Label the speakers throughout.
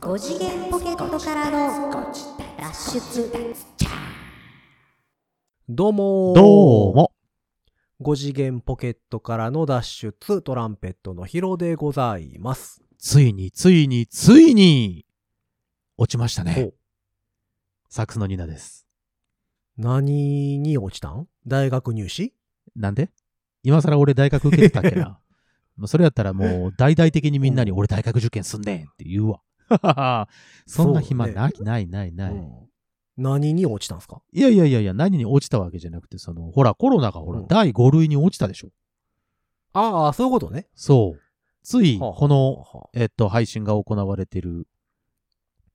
Speaker 1: 5次元ポケットからの脱出
Speaker 2: どうもー
Speaker 3: どう。も。
Speaker 2: 5次元ポケットからの脱出、トランペットのヒロでございます。
Speaker 3: ついに、ついに、ついに、落ちましたね。
Speaker 2: お
Speaker 3: サックスのニナです。
Speaker 2: 何に落ちたん大学入試
Speaker 3: なんで今更俺大学受けてたっけ な。もうそれやったらもう大々的にみんなに俺大学受験すんねんって言う わ。はははそんな暇
Speaker 2: そうね
Speaker 3: なきないないない、
Speaker 2: うん何に落ちたんすか
Speaker 3: いやいやいやいや、何に落ちたわけじゃなくて、その、ほら、コロナがほら、
Speaker 2: うん
Speaker 3: 第5類に落ちたでしょ。
Speaker 2: ああ、そういうことね。
Speaker 3: そう。つい、
Speaker 2: はあ
Speaker 3: この、
Speaker 2: はあ
Speaker 3: えっと、配信が行われてる、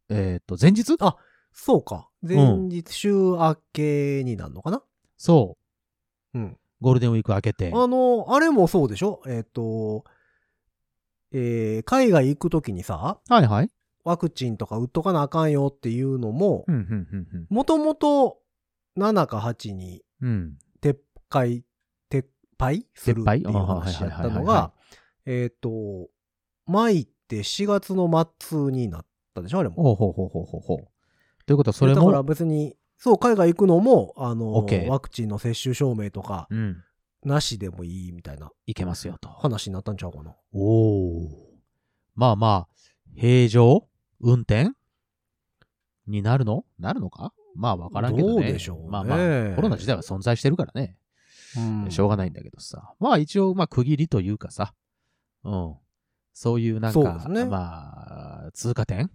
Speaker 3: えっと、前日
Speaker 2: あそうか。前日週明けになるのかな
Speaker 3: そ
Speaker 2: うん。
Speaker 3: う。ゴールデンウィーク明けて。
Speaker 2: あの、あれもそうでしょえっ、と、えー海外行くときにさ、
Speaker 3: はいはい。
Speaker 2: ワクチンとか打っとかなあかんよっていうのも、
Speaker 3: うん、うん、うん、うん。
Speaker 2: もともと7か8に
Speaker 3: うん。
Speaker 2: 撤回、撤廃する
Speaker 3: 撤
Speaker 2: っ
Speaker 3: 廃
Speaker 2: ていう話やった
Speaker 3: あはいはいは
Speaker 2: の
Speaker 3: いはいは
Speaker 2: が、えっ、と、前って4月の末になったでしょあれも。
Speaker 3: ほうほうほうほうほうほう。ということは、それ
Speaker 2: だから
Speaker 3: も、
Speaker 2: 別に、そう、海外行くのも、あの、
Speaker 3: OK
Speaker 2: ワクチンの接種証明とか、
Speaker 3: うん、
Speaker 2: なしでもいいみたいない
Speaker 3: けますよと。
Speaker 2: 話になったんちゃうかな。
Speaker 3: おお。まあまあ、平常運転になるのなるのかまあ、わからんけどね。
Speaker 2: どうでしょうね
Speaker 3: まあまあ、コロナ自体は存在してるからね。
Speaker 2: うん
Speaker 3: しょうがないんだけどさ。まあ、一応、まあ、区切りというかさ。うん。そういう、なん
Speaker 2: そうで
Speaker 3: か、
Speaker 2: すね
Speaker 3: まあ、通過点っ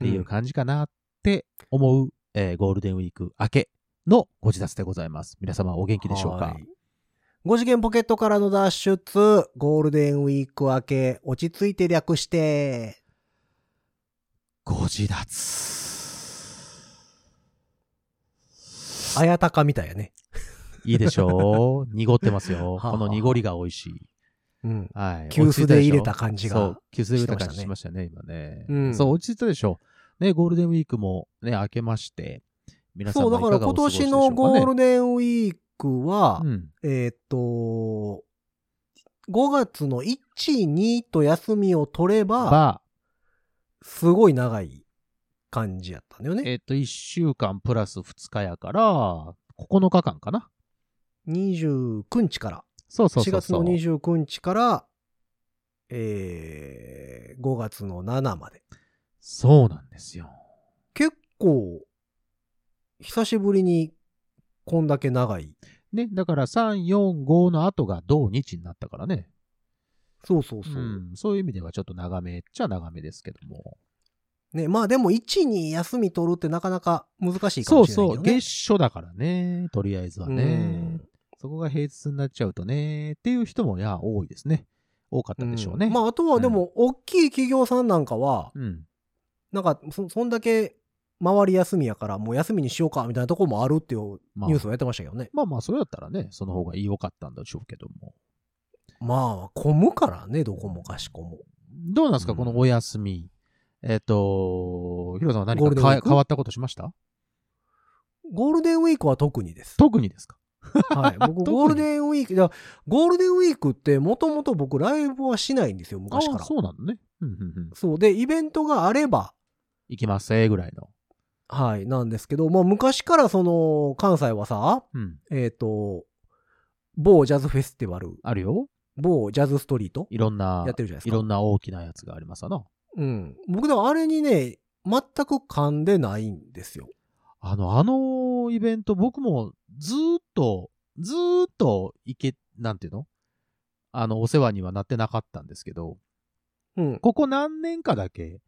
Speaker 3: ていう感じかなって思う、えーゴールデンウィーク明けのご自立でございます。皆様お元気でしょうか
Speaker 2: はい。5次元ポケットからの脱出、ゴールデンウィーク明け、落ち着いて略して、
Speaker 3: ご自立。
Speaker 2: あやたかみたいやね。
Speaker 3: いいでしょ う濁ってますよ。
Speaker 2: はあ
Speaker 3: この濁りが美味しい。
Speaker 2: うん。
Speaker 3: はい。
Speaker 2: 急須で入れた
Speaker 3: 感
Speaker 2: 感じ
Speaker 3: そ
Speaker 2: が
Speaker 3: う。。急須で入れた感じ
Speaker 2: して
Speaker 3: し
Speaker 2: ま
Speaker 3: ましたね、今ね。
Speaker 2: うん
Speaker 3: そう、落ち着いたでしょう。ね、ゴールデンウィークもね、明けまして。皆さん
Speaker 2: そう、だから今年のゴールデンウィークは、
Speaker 3: うん。
Speaker 2: えーっと、5月の1、2と休みを取れば、
Speaker 3: ば、
Speaker 2: すごい長い感じやったんだよね。
Speaker 3: えっと、1週間プラス2日やから、9日間かな。
Speaker 2: 29日から、
Speaker 3: そうそう
Speaker 2: 4
Speaker 3: そう
Speaker 2: 月
Speaker 3: そう。
Speaker 2: の29日から、えー、5月の7まで。
Speaker 3: そうなんですよ。
Speaker 2: 結構、久しぶりに、こんだけ長い。
Speaker 3: ね、だから3、4、5の後が同日になったからね。
Speaker 2: そうそうそう。
Speaker 3: うん、そういう意味ではちょっと長めっちゃ長めですけども。
Speaker 2: ね、まあでも1に休み取るってなかなか難しいか
Speaker 3: そ
Speaker 2: も
Speaker 3: う
Speaker 2: しれないけど
Speaker 3: そう、
Speaker 2: ね。
Speaker 3: 月初だからね、とりあえずはね。そこが平日になっちゃうとね、っていう人もや、多いですね。多かっ
Speaker 2: う
Speaker 3: た
Speaker 2: ん
Speaker 3: でしょうね。
Speaker 2: うんまああとはでも、大きい企業さんなんかは、
Speaker 3: うん、
Speaker 2: なんかそ、そんだけ周り休みやから、もう休みにしようか、みたいなとこもあるっていう
Speaker 3: まあ
Speaker 2: ニュースをやってましたけどね。
Speaker 3: まあまあ、それだったらね、その方が良かったんでしょうけども。
Speaker 2: まあ、混むからね、どこもかしこも。
Speaker 3: どうなんですか、
Speaker 2: うん
Speaker 3: このお休み。えっ、と、ヒロさんは何
Speaker 2: ゴー
Speaker 3: か
Speaker 2: ルデンウィー
Speaker 3: か
Speaker 2: ク
Speaker 3: 変わったことしました
Speaker 2: ゴールデンウィークは特にです。
Speaker 3: 特にですか
Speaker 2: はい。僕、
Speaker 3: 特に
Speaker 2: ゴールデンウィーク、いやゴールデンウィークって、もともと僕、ライブはしないんですよ、昔か
Speaker 3: あ
Speaker 2: ら。
Speaker 3: あそうなのね。うんうんうん。
Speaker 2: そう。で、イベントがあれば、
Speaker 3: 行きますえーぐらいの。
Speaker 2: はい、なんですけど、まあ、昔からその、関西はさ、
Speaker 3: うん。
Speaker 2: えっ、と、某ジャズフェスティバル、
Speaker 3: あるよ。
Speaker 2: 某ジャズストリート
Speaker 3: いろんな
Speaker 2: やっ、てるじゃない
Speaker 3: い
Speaker 2: です
Speaker 3: ろ
Speaker 2: か。
Speaker 3: んな大きなやつがありますわな。
Speaker 2: うん。僕でもあれにね、全く噛んでないんですよ。
Speaker 3: あの、あのイベント、僕もずーっと、ずーっと行け、なんていうのあの、お世話にはなってなかったんですけど、
Speaker 2: うん。
Speaker 3: ここ何年かだけ、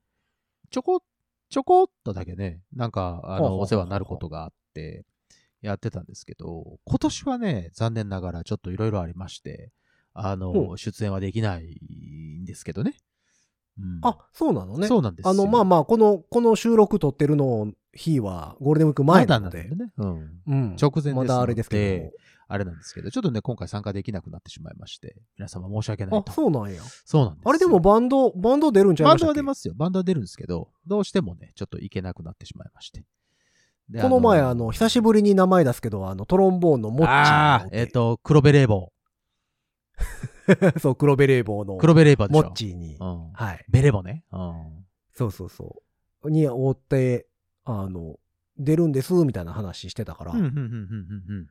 Speaker 3: ちょこ、ちょこっとだけね、なんか、
Speaker 2: ほうほうほ
Speaker 3: あ
Speaker 2: うほ
Speaker 3: の、
Speaker 2: う
Speaker 3: お世話になることがあって、やってたんですけど、今年はね、残念ながらちょっといろいろありまして、
Speaker 2: ほ
Speaker 3: あの、出演はできないんですけどね。うん、
Speaker 2: あ、そうなのね。
Speaker 3: そうなんですよ
Speaker 2: あの、まあまあ、この、この収録撮ってるの日は、ゴールデンウィーク前
Speaker 3: ま
Speaker 2: な
Speaker 3: だ
Speaker 2: の
Speaker 3: なんで
Speaker 2: で。
Speaker 3: ね。うん。
Speaker 2: うん。
Speaker 3: 直前です
Speaker 2: まだあれですけども。
Speaker 3: あれなんですけど、ちょっとね、今回参加できなくなってしまいまして、皆様申し訳ないと。
Speaker 2: あ、そうなんや。
Speaker 3: そうなんですよ。
Speaker 2: あれでもバンド、バンド出るんちゃい
Speaker 3: バン
Speaker 2: ました
Speaker 3: ドは
Speaker 2: っけ
Speaker 3: 出ますよ。バンドは出るんですけど、どうしてもね、ちょっと行けなくなってしまいまして。で
Speaker 2: この前、あの、久しぶりに名前出すけど、あの、トロンボーンのモッチー
Speaker 3: あ
Speaker 2: の
Speaker 3: あ
Speaker 2: 音、
Speaker 3: えっ、と、黒ベレー帽。
Speaker 2: そう、黒ベレー帽の
Speaker 3: 黒ベレー帽でしょ。
Speaker 2: モッチーに、
Speaker 3: うん。
Speaker 2: はい。
Speaker 3: ベレー帽ね。うん。
Speaker 2: そうそうそう。に追って、あの、出るんです、みたいな話してたから、
Speaker 3: うんうんうんうんうん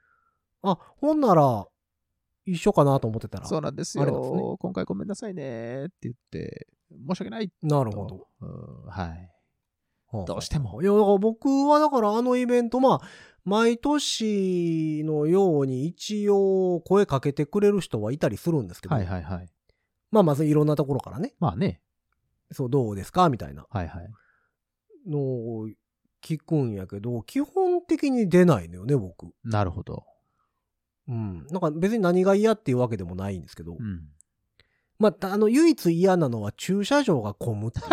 Speaker 2: あ、ほんなら、一緒かなと思ってた
Speaker 3: うん
Speaker 2: ら。
Speaker 3: そうなんです
Speaker 2: あれなんですね
Speaker 3: よ。今回ごめんなさいねって言って、申し訳ない
Speaker 2: なる
Speaker 3: と
Speaker 2: ほど。
Speaker 3: うんはい。
Speaker 2: はあ
Speaker 3: どうしても
Speaker 2: いや、だから僕はだからあのイベント、まあ、毎年のように一応声かけてくれる人はいたりするんですけど、
Speaker 3: はいはいはい。
Speaker 2: まあまずいろんなところからね、
Speaker 3: まあね。
Speaker 2: そう、どうですかみたいな
Speaker 3: はいはい。
Speaker 2: のを聞くんやけど、基本的に出ないのよね、僕。
Speaker 3: なるほど。
Speaker 2: うん。なんか別に何が嫌っていうわけでもないんですけど、
Speaker 3: うん。
Speaker 2: まあた、あの、唯一嫌なのは駐車場が混 むっていう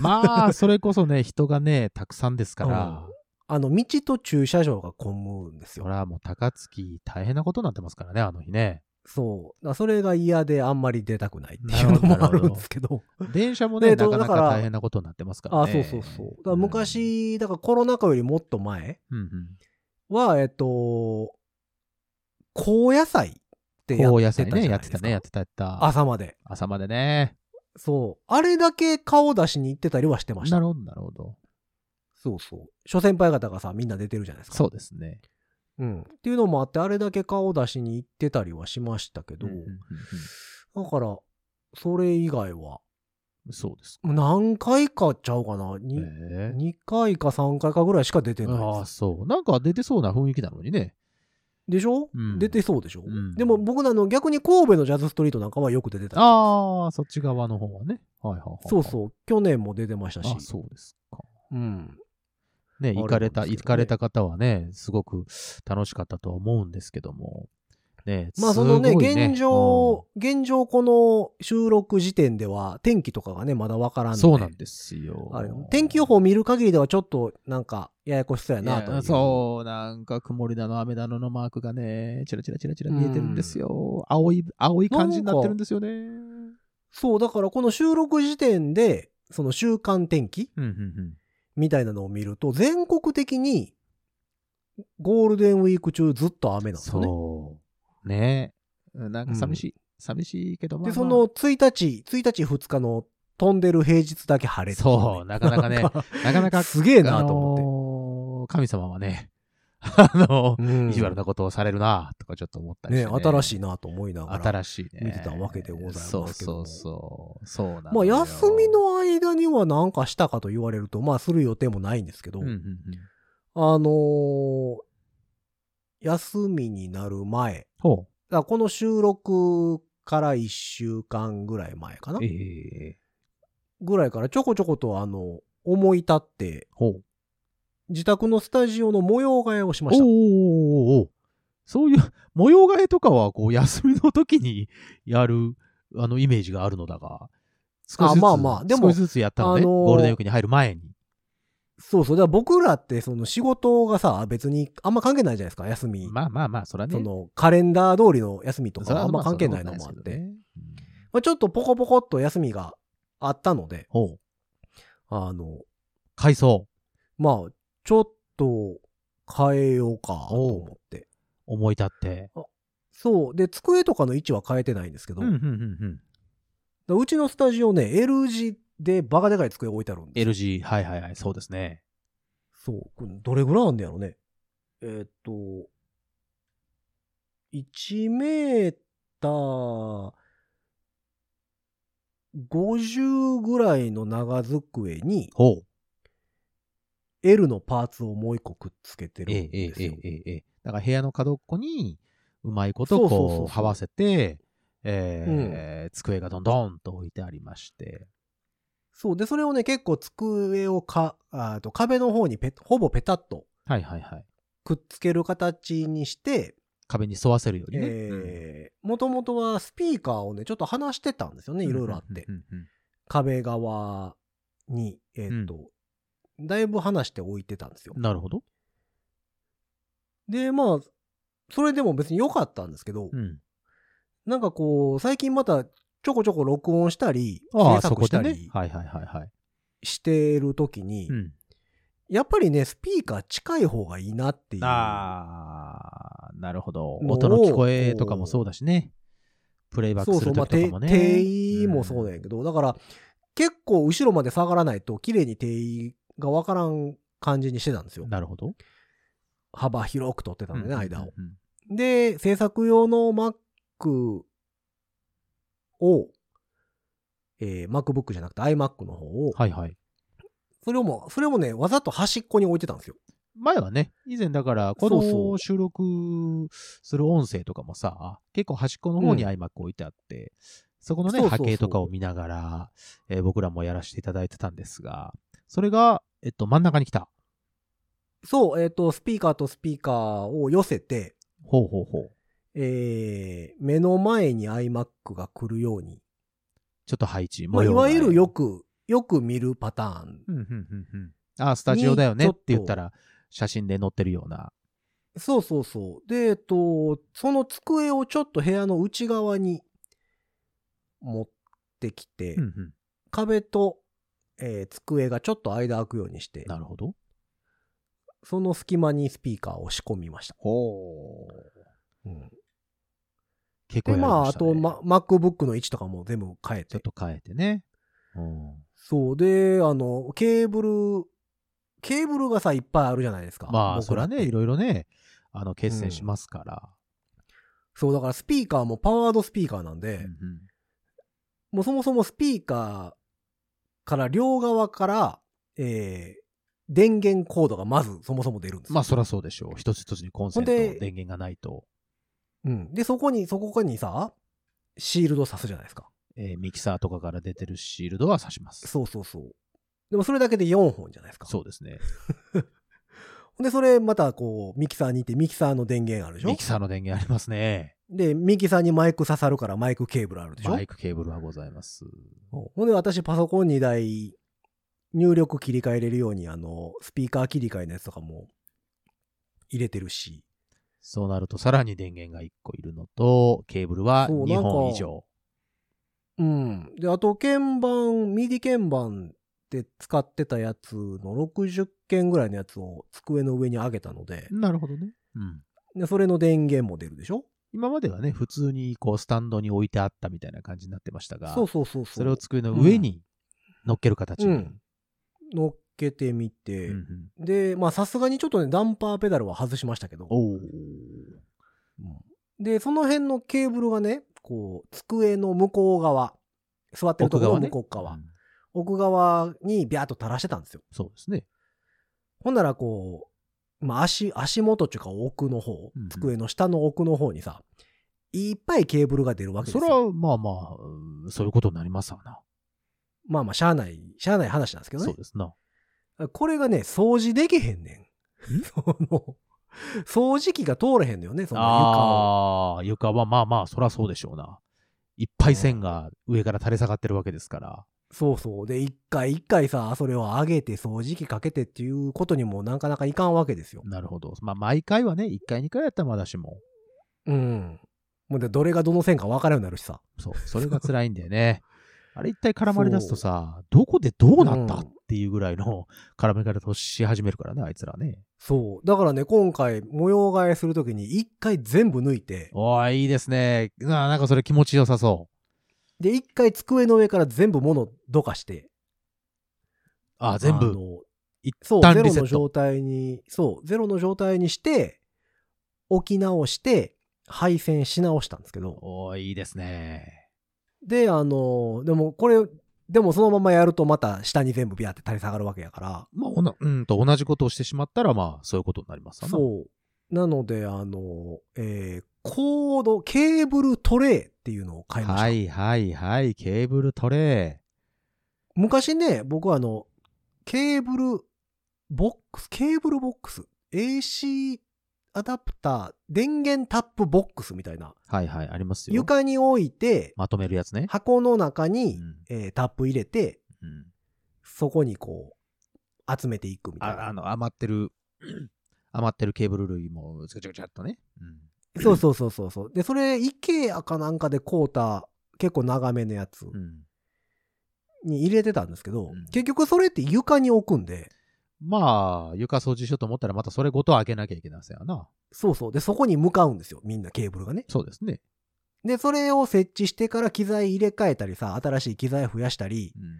Speaker 3: まあ、それこそね、人がね、たくさんですから
Speaker 2: うん、あの、道と駐車場が混むんです
Speaker 3: そ
Speaker 2: よ。
Speaker 3: らもう高槻大変なことになってますからね、あの日ね。
Speaker 2: そう。だからそれが嫌であんまり出たくないっていうの
Speaker 3: なる
Speaker 2: もあ
Speaker 3: ほど
Speaker 2: るんですけど。
Speaker 3: 電車も
Speaker 2: ね
Speaker 3: ね、
Speaker 2: え
Speaker 3: な
Speaker 2: と
Speaker 3: かな
Speaker 2: だ
Speaker 3: か
Speaker 2: から
Speaker 3: 大変なことになってますから ね。
Speaker 2: あ、そうそうそう。だから昔、だからコロナ禍よりもっと前
Speaker 3: うん、うん
Speaker 2: は、えっと、高野菜って
Speaker 3: うん。
Speaker 2: やって
Speaker 3: 高
Speaker 2: たじ
Speaker 3: 野菜
Speaker 2: ゃない
Speaker 3: ね、
Speaker 2: で
Speaker 3: やって
Speaker 2: す
Speaker 3: た
Speaker 2: か。
Speaker 3: ね、やってた、やってた。
Speaker 2: 朝まで。
Speaker 3: 朝までね。
Speaker 2: そう。あれだけ顔出しに行ってたりはしてまし
Speaker 3: な
Speaker 2: た。
Speaker 3: るほど、なるほど。
Speaker 2: そうそう。諸先輩方がさ、みんな出てるじゃないですか。
Speaker 3: そうですね。
Speaker 2: うん。っていうのもあって、あれだけ顔出しに行ってたりはしましたけど、
Speaker 3: んんん
Speaker 2: だから、それ以外は、
Speaker 3: うんそうです。
Speaker 2: 何回かちゃうかな。
Speaker 3: え
Speaker 2: に
Speaker 3: え
Speaker 2: 2回か3回かぐらいしか出てない
Speaker 3: あ
Speaker 2: で
Speaker 3: あ、
Speaker 2: す。
Speaker 3: そう。なんか出てそうな雰囲気なのにね。
Speaker 2: でしょ、
Speaker 3: うん
Speaker 2: 出てそうでしょ、
Speaker 3: うん
Speaker 2: でも僕らの逆に神戸のジャズストリートなんかはよく出てた。
Speaker 3: ああ、そっち側の方はね。はいはいはいはい。
Speaker 2: そう
Speaker 3: う。
Speaker 2: そう。去年も出てましたし
Speaker 3: あ。そうですか。
Speaker 2: うん。れ
Speaker 3: ね、行かれた、
Speaker 2: なんですけ
Speaker 3: 行
Speaker 2: ど
Speaker 3: か
Speaker 2: ね
Speaker 3: れた方はね、すごく楽しかったとは思うんですけども。ね、
Speaker 2: まあそのね、
Speaker 3: すごい
Speaker 2: 現状、現状この収録時点では天気とかがね、まだわから
Speaker 3: うんん
Speaker 2: で。
Speaker 3: そうなんですよ
Speaker 2: あれ天気予報見る限りではちょっとなんかややこしそうや
Speaker 3: い
Speaker 2: なとい
Speaker 3: や
Speaker 2: う。
Speaker 3: そう、なんか曇りだの、雨だののマークがね、チラチラチラチラ見えてるんですよ。青い、青い感じになってるんですよね。うん
Speaker 2: そう、だからこの収録時点で、その週間天気
Speaker 3: うんうん。
Speaker 2: みたいなのを見ると、全国的にゴールデンウィーク中ずっと雨なんですよね。
Speaker 3: そう。ねなんか寂しい。寂しいけども。
Speaker 2: で、
Speaker 3: まあ
Speaker 2: その1日、1日2日の飛んでる平日だけ晴れってい
Speaker 3: そう、なかなかね、なかなか、
Speaker 2: すげえなと思って
Speaker 3: 思って。神様はね、 あの、
Speaker 2: うん
Speaker 3: 意地悪なことをされるな、とかちょっと思ったりし
Speaker 2: ね
Speaker 3: て、
Speaker 2: 新し
Speaker 3: い。
Speaker 2: いなと思いながら。
Speaker 3: 新しいね。
Speaker 2: 見てたわけでございますけど
Speaker 3: そう
Speaker 2: も
Speaker 3: そうそう。そうなの
Speaker 2: まあ、
Speaker 3: よ
Speaker 2: 休み、の間には何かしたかと言われると、まあ、する予定もないんですけど、
Speaker 3: うんうんうん。
Speaker 2: あのー休みになる前、
Speaker 3: ほ
Speaker 2: だからこの収録から1週間ぐらい前かな
Speaker 3: う。ええ
Speaker 2: ぐらいからちょこちょことあの、思い立って、
Speaker 3: ほう。
Speaker 2: 自宅のスタジオの模様替えをしま
Speaker 3: お
Speaker 2: し
Speaker 3: ーお
Speaker 2: た。
Speaker 3: ーおーおーそういう、模様替えとかは、こう、休みの時にやる、あの、イメージがあるのだが、少しずつ、
Speaker 2: あまあまあでも
Speaker 3: 少しずつやったのね、
Speaker 2: あのー
Speaker 3: ゴールデンウィークに入る前に。
Speaker 2: そうそう。だから僕らってその仕事がさ、別にあんま関係ないじゃないですか、休み。
Speaker 3: まあまあまあ、そらね。
Speaker 2: そのカレンダー通りの休みと
Speaker 3: そ
Speaker 2: か
Speaker 3: れは
Speaker 2: あんま
Speaker 3: そ
Speaker 2: 関
Speaker 3: んこ
Speaker 2: 係
Speaker 3: と
Speaker 2: ないのもあっ
Speaker 3: ですけ
Speaker 2: て、
Speaker 3: どね
Speaker 2: まあ、ちょっとポコポコっと休みがあったので、
Speaker 3: ほう。
Speaker 2: あの、
Speaker 3: 改装。
Speaker 2: まあ、ちょっと変えようかと思って。
Speaker 3: 思い立って。
Speaker 2: そう。で、机とかの位置は変えてないんですけど、だか
Speaker 3: ん。
Speaker 2: らうちのスタジオね、L 字でバカでかい机置いてあるんですよ
Speaker 3: LG、はいはいはい、そうですね。
Speaker 2: そう。これどれぐらいあんねやろね。えーっと、1メーター50ぐらいの長机に
Speaker 3: ほう。
Speaker 2: L のパーツをもう一個くっつけてる
Speaker 3: ええ
Speaker 2: ん
Speaker 3: え
Speaker 2: です
Speaker 3: え
Speaker 2: よ。
Speaker 3: ええええ。だから部屋の角っこに、うまいことこう、
Speaker 2: そうそうそうそう
Speaker 3: はわせて、えー机がどんどんと置いてありまして。
Speaker 2: そう。で、それをね、結構机をか、あーと壁の方にペほぼペタッと
Speaker 3: はいはいはい。
Speaker 2: くっつける形にして、
Speaker 3: 壁に沿わせるようにね。
Speaker 2: えー、もともとはスピーカーをね、ちょっと離してたんですよね、
Speaker 3: うん
Speaker 2: いろいろあって
Speaker 3: う。んうんうん
Speaker 2: 壁側に、えーっと、だいぶ離して置いてたんですよ
Speaker 3: うん。なるほど。
Speaker 2: で、まあ、それでも別に良かったんですけど、
Speaker 3: うん。
Speaker 2: なんかこう、最近またちょこちょこ録音したり、
Speaker 3: あ
Speaker 2: 制
Speaker 3: あ、そ
Speaker 2: 作
Speaker 3: こ
Speaker 2: した
Speaker 3: でね
Speaker 2: り。
Speaker 3: はいはいはいはい。
Speaker 2: してる時に、
Speaker 3: うん。
Speaker 2: やっぱりね、スピーカー近い方がいいなっていう。
Speaker 3: ああ、なるほど。
Speaker 2: のを
Speaker 3: 音の聞こえとかもそうだしね。プレイバッ
Speaker 2: そ
Speaker 3: ク
Speaker 2: う
Speaker 3: す
Speaker 2: そう、
Speaker 3: る
Speaker 2: まあ、
Speaker 3: 時と
Speaker 2: て
Speaker 3: かもね。
Speaker 2: 定位もそうなん
Speaker 3: ね。
Speaker 2: やけど、だから、結構後ろまで下がらないと、綺麗に定位がわからん感じにしてたんですよ。
Speaker 3: なるほど。
Speaker 2: 幅広く取ってたんでね、間を。
Speaker 3: うん
Speaker 2: で、制作用の Mac を、えー MacBook じゃなくて iMac の方を、
Speaker 3: はいはい。
Speaker 2: それをも、それもね、わざと端っこに置いてたんですよ。
Speaker 3: 前はね、以前だから、こ
Speaker 2: そうそ
Speaker 3: の
Speaker 2: う
Speaker 3: 収録する音声とかもさ、結構端っこの方に
Speaker 2: う
Speaker 3: iMac 置いてあって、そこのね、
Speaker 2: そうそうそう
Speaker 3: 波形とかを見ながら、えー僕らもやらせていただいてたんですが、それが、えっと、真ん中に来た。
Speaker 2: そう、えっ、と、スピーカーとスピーカーを寄せて、
Speaker 3: ほうほうほう。
Speaker 2: えー目の前に iMac が来るように、
Speaker 3: ちょっと配置、
Speaker 2: まあ、い
Speaker 3: 模様替
Speaker 2: わ
Speaker 3: え
Speaker 2: ゆるよく、よく見るパターン。
Speaker 3: うんうんうんうん。あ、スタジオだよね
Speaker 2: に
Speaker 3: っ
Speaker 2: ちょってと
Speaker 3: 言ったら、写真で載ってるような。
Speaker 2: そうそうそう。で、えっと、その机をちょっと部屋の内側に持ってきて、
Speaker 3: うんうん。
Speaker 2: 壁と、えー机がちょっと間空くようにして、
Speaker 3: なるほど。
Speaker 2: その隙間にスピーカーを仕込みました。
Speaker 3: ほう。
Speaker 2: うん
Speaker 3: 結構
Speaker 2: で、
Speaker 3: やり
Speaker 2: まあ、
Speaker 3: ま
Speaker 2: あ
Speaker 3: したね
Speaker 2: と、ま、MacBook の位置とかも全部変え。
Speaker 3: ちょってと変えてね。うん。
Speaker 2: そう。で、あの、ケーブル、ケーブルがさ、いっぱいあるじゃないですか。
Speaker 3: まあ、そ
Speaker 2: 僕
Speaker 3: れ
Speaker 2: ら
Speaker 3: は
Speaker 2: って
Speaker 3: ね、いろいろね、あの、決戦しますから。
Speaker 2: そう、だからスピーカーもパワードスピーカーなんで、
Speaker 3: うんうん
Speaker 2: もうそもそもスピーカーから両側から、えー、電源コードがまずそもそも出るんですよ。
Speaker 3: まあ、そりゃそうでしょう。一つ一つにコンセント、
Speaker 2: ほんで
Speaker 3: 電源がないと、
Speaker 2: うん。で、そこに、そこにさ、シールド刺すじゃないですか。
Speaker 3: えーミキサーとかから出てるシールドは刺します。
Speaker 2: そうそうそう。でもそれだけで4本じゃないですか。
Speaker 3: そうですね。
Speaker 2: で、それまたこう、ミキサーに行って、ミキサーの電源あるでしょ
Speaker 3: ミキサーの電源ありますね。
Speaker 2: で、ミキサーにマイク刺さるからマイクケーブルあるでしょ
Speaker 3: マイクケーブルはございます。
Speaker 2: ほんで、私パソコン2台、入力切り替えれるように、あの、スピーカー切り替えのやつとかも入れてるし。
Speaker 3: そうなると、さらに電源が1個いるのと、ケーブルは
Speaker 2: そう
Speaker 3: 2
Speaker 2: なん
Speaker 3: 本
Speaker 2: か
Speaker 3: 以上。
Speaker 2: うん。で、あと、鍵盤、ミディ鍵盤で使ってたやつの60件ぐらいのやつを机の上に上げたので、
Speaker 3: なるほどね。うん。
Speaker 2: でそれの電源も出るでしょ
Speaker 3: 今まではね、普通にこう、スタンドに置いてあったみたいな感じになってましたが、
Speaker 2: そうそうそうそう。
Speaker 3: それを机の上に乗っける形
Speaker 2: う
Speaker 3: に。
Speaker 2: ん。乗っけてみて、
Speaker 3: うんうん
Speaker 2: で、まあさすがにちょっとね、ダンパーペダルは外しましたけど、
Speaker 3: おー
Speaker 2: うんで、その辺のケーブルがね、こう、机の向こう側、座ってるところの向こう側、
Speaker 3: うん
Speaker 2: 奥側にビャーっと垂らしてたんですよ。
Speaker 3: そうですね。
Speaker 2: ほんならこう、まあ足、足元っていうか奥の方
Speaker 3: うんうん、
Speaker 2: 机の下の奥の方にさ、いっぱいケーブルが出るわけですよ。
Speaker 3: それは、まあまあ、うんそういうことになりますわな。
Speaker 2: まあまあ、しゃあない、しゃあない話なんですけど
Speaker 3: そ
Speaker 2: ね
Speaker 3: う。ですな。
Speaker 2: これがね、掃除できへんねん。 その、掃除機が通れへんのよね、その床を。
Speaker 3: ああ、床はまあまあ、そらそうでしょうな。いっぱい線が上から垂れ下がってるわけですから。
Speaker 2: そうそう。で、一回一回さ、それを上げて掃除機かけてっていうことにもなかなかいかんわけですよ。
Speaker 3: なるほど。まあ、毎回はね、1回、2回やったらまだしも。
Speaker 2: うん。もうで、どれがどの線か分からんようになるしさ。
Speaker 3: そう、それが辛いんだよね。 あれ一体絡まり出すとさ、どこでどうなった
Speaker 2: うん
Speaker 3: っていうぐらいの絡め方をし始めるからね、あいつらね。
Speaker 2: そう。だからね、今回、模様替えするときに一回全部抜いて、
Speaker 3: おーいいですね。ななんかそれ気持ちよさそう。
Speaker 2: で、一回机の上から全部物どかして。
Speaker 3: あー、全
Speaker 2: あ
Speaker 3: 部。
Speaker 2: の
Speaker 3: 一
Speaker 2: そう、
Speaker 3: 旦
Speaker 2: ゼ
Speaker 3: リ
Speaker 2: ロ
Speaker 3: セ
Speaker 2: の
Speaker 3: ット。
Speaker 2: 状態に、そう、ゼロの状態にして、置き直して、配線し直したんですけど。
Speaker 3: おーいいですね。
Speaker 2: で、あの、でもこれ、でもそのままやるとまた下に全部ビャーって垂れ下がるわけやから。
Speaker 3: まあ、おなうんと同じことをしてしまったら、まあ、そういうことになりますわな
Speaker 2: そう。なので、あの、えーコード、ケーブルトレイっていうのを買いました。
Speaker 3: はいはいはい、ケーブルトレ
Speaker 2: 昔ね、僕はあの、ケーブルボックス、ケーブルボックス、AC アダプター、電源タップボックスみたいな、
Speaker 3: イ。はいはい、ありますよ。
Speaker 2: 床に置いて、
Speaker 3: まとめるやつね。
Speaker 2: 箱の中
Speaker 3: う
Speaker 2: に、
Speaker 3: ん
Speaker 2: えータップ入れて、
Speaker 3: うん
Speaker 2: そこにこう、集めていくみたい
Speaker 3: あ
Speaker 2: な。
Speaker 3: あの、余ってる、 余ってるケーブル類も、ぐちゃぐちゃっとね。うん
Speaker 2: そうそうそうそうそう。で、それ、IKEA かなんかで買うた、結構長めのやつ
Speaker 3: うん
Speaker 2: に入れてたんですけど、
Speaker 3: うん
Speaker 2: 結局それって床に置くんで、
Speaker 3: まあ、床掃除しようと思ったら、またそれごと開けなきゃいけませんよな。
Speaker 2: そうそう。で、そこに向かうんですよ。みんなケーブルがね。
Speaker 3: そうですね。
Speaker 2: で、それを設置してから機材入れ替えたりさ、新しい機材増やしたり
Speaker 3: うん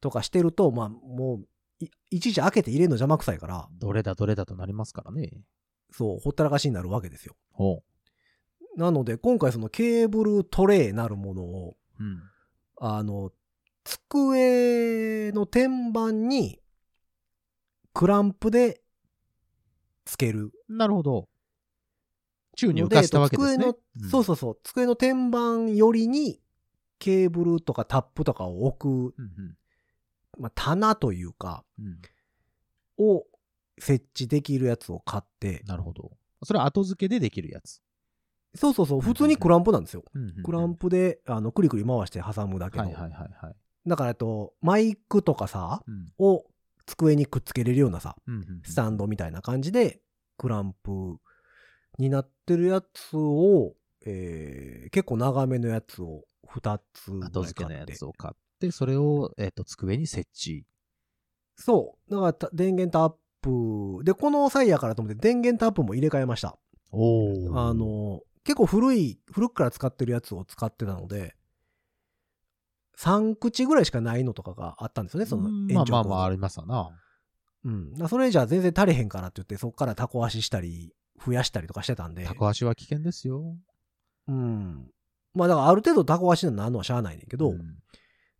Speaker 2: とかしてると、まあ、もうい、いちいち開けて入れるの邪魔くさいから、
Speaker 3: どれだどれだとなりますからね。
Speaker 2: そう、ほったらかしになるわけですよ。
Speaker 3: ほ
Speaker 2: なので、今回そのケーブルトレイなるものを、
Speaker 3: う。うん。
Speaker 2: あの、机の天板に、クランプで、つける。
Speaker 3: なるほど。宙に浮かしたわけです
Speaker 2: の
Speaker 3: ね
Speaker 2: で。机の、そうそうそう、机の天板よりに、ケーブルとかタップとかを置く、
Speaker 3: うん。うん
Speaker 2: まあ、棚というか、
Speaker 3: うん。うん。
Speaker 2: を設置できるやつを買って、
Speaker 3: なるほど。それは後付けでできるやつ。
Speaker 2: そうそうそう、普通にクランプなんですよ。
Speaker 3: うんうんうん
Speaker 2: クランプで、あの、クリクリ回して挟むだけの。
Speaker 3: はいはいはいはい。
Speaker 2: だから、えっと、マイクとかさ、
Speaker 3: うん。
Speaker 2: を机にくっつけれるようなさ、
Speaker 3: うんうんうん
Speaker 2: スタンドみたいな感じで、クランプになってるやつを、えー結構長めのやつを2つぐらい買って
Speaker 3: 後付けのやつを買って、それを、えっと机に設置。
Speaker 2: そう。だからた電源タップ、で、この際やからと思って電源タップも入れ替えました。
Speaker 3: お
Speaker 2: あ、の、結構古い、古くから使ってるやつを使ってたので、3口ぐらいしかないのとかがあったんですよね、その
Speaker 3: うん
Speaker 2: 延
Speaker 3: まあ
Speaker 2: 長コード
Speaker 3: まあまあありますわな。
Speaker 2: うん。だからそれじゃ全然足りへんからって言って、そっからタコ足したり、増やしたりとかしてたんで。
Speaker 3: タコ足は危険ですよ。
Speaker 2: うん。まあだからある程度タコ足になるのはしゃあないねんけど、
Speaker 3: うん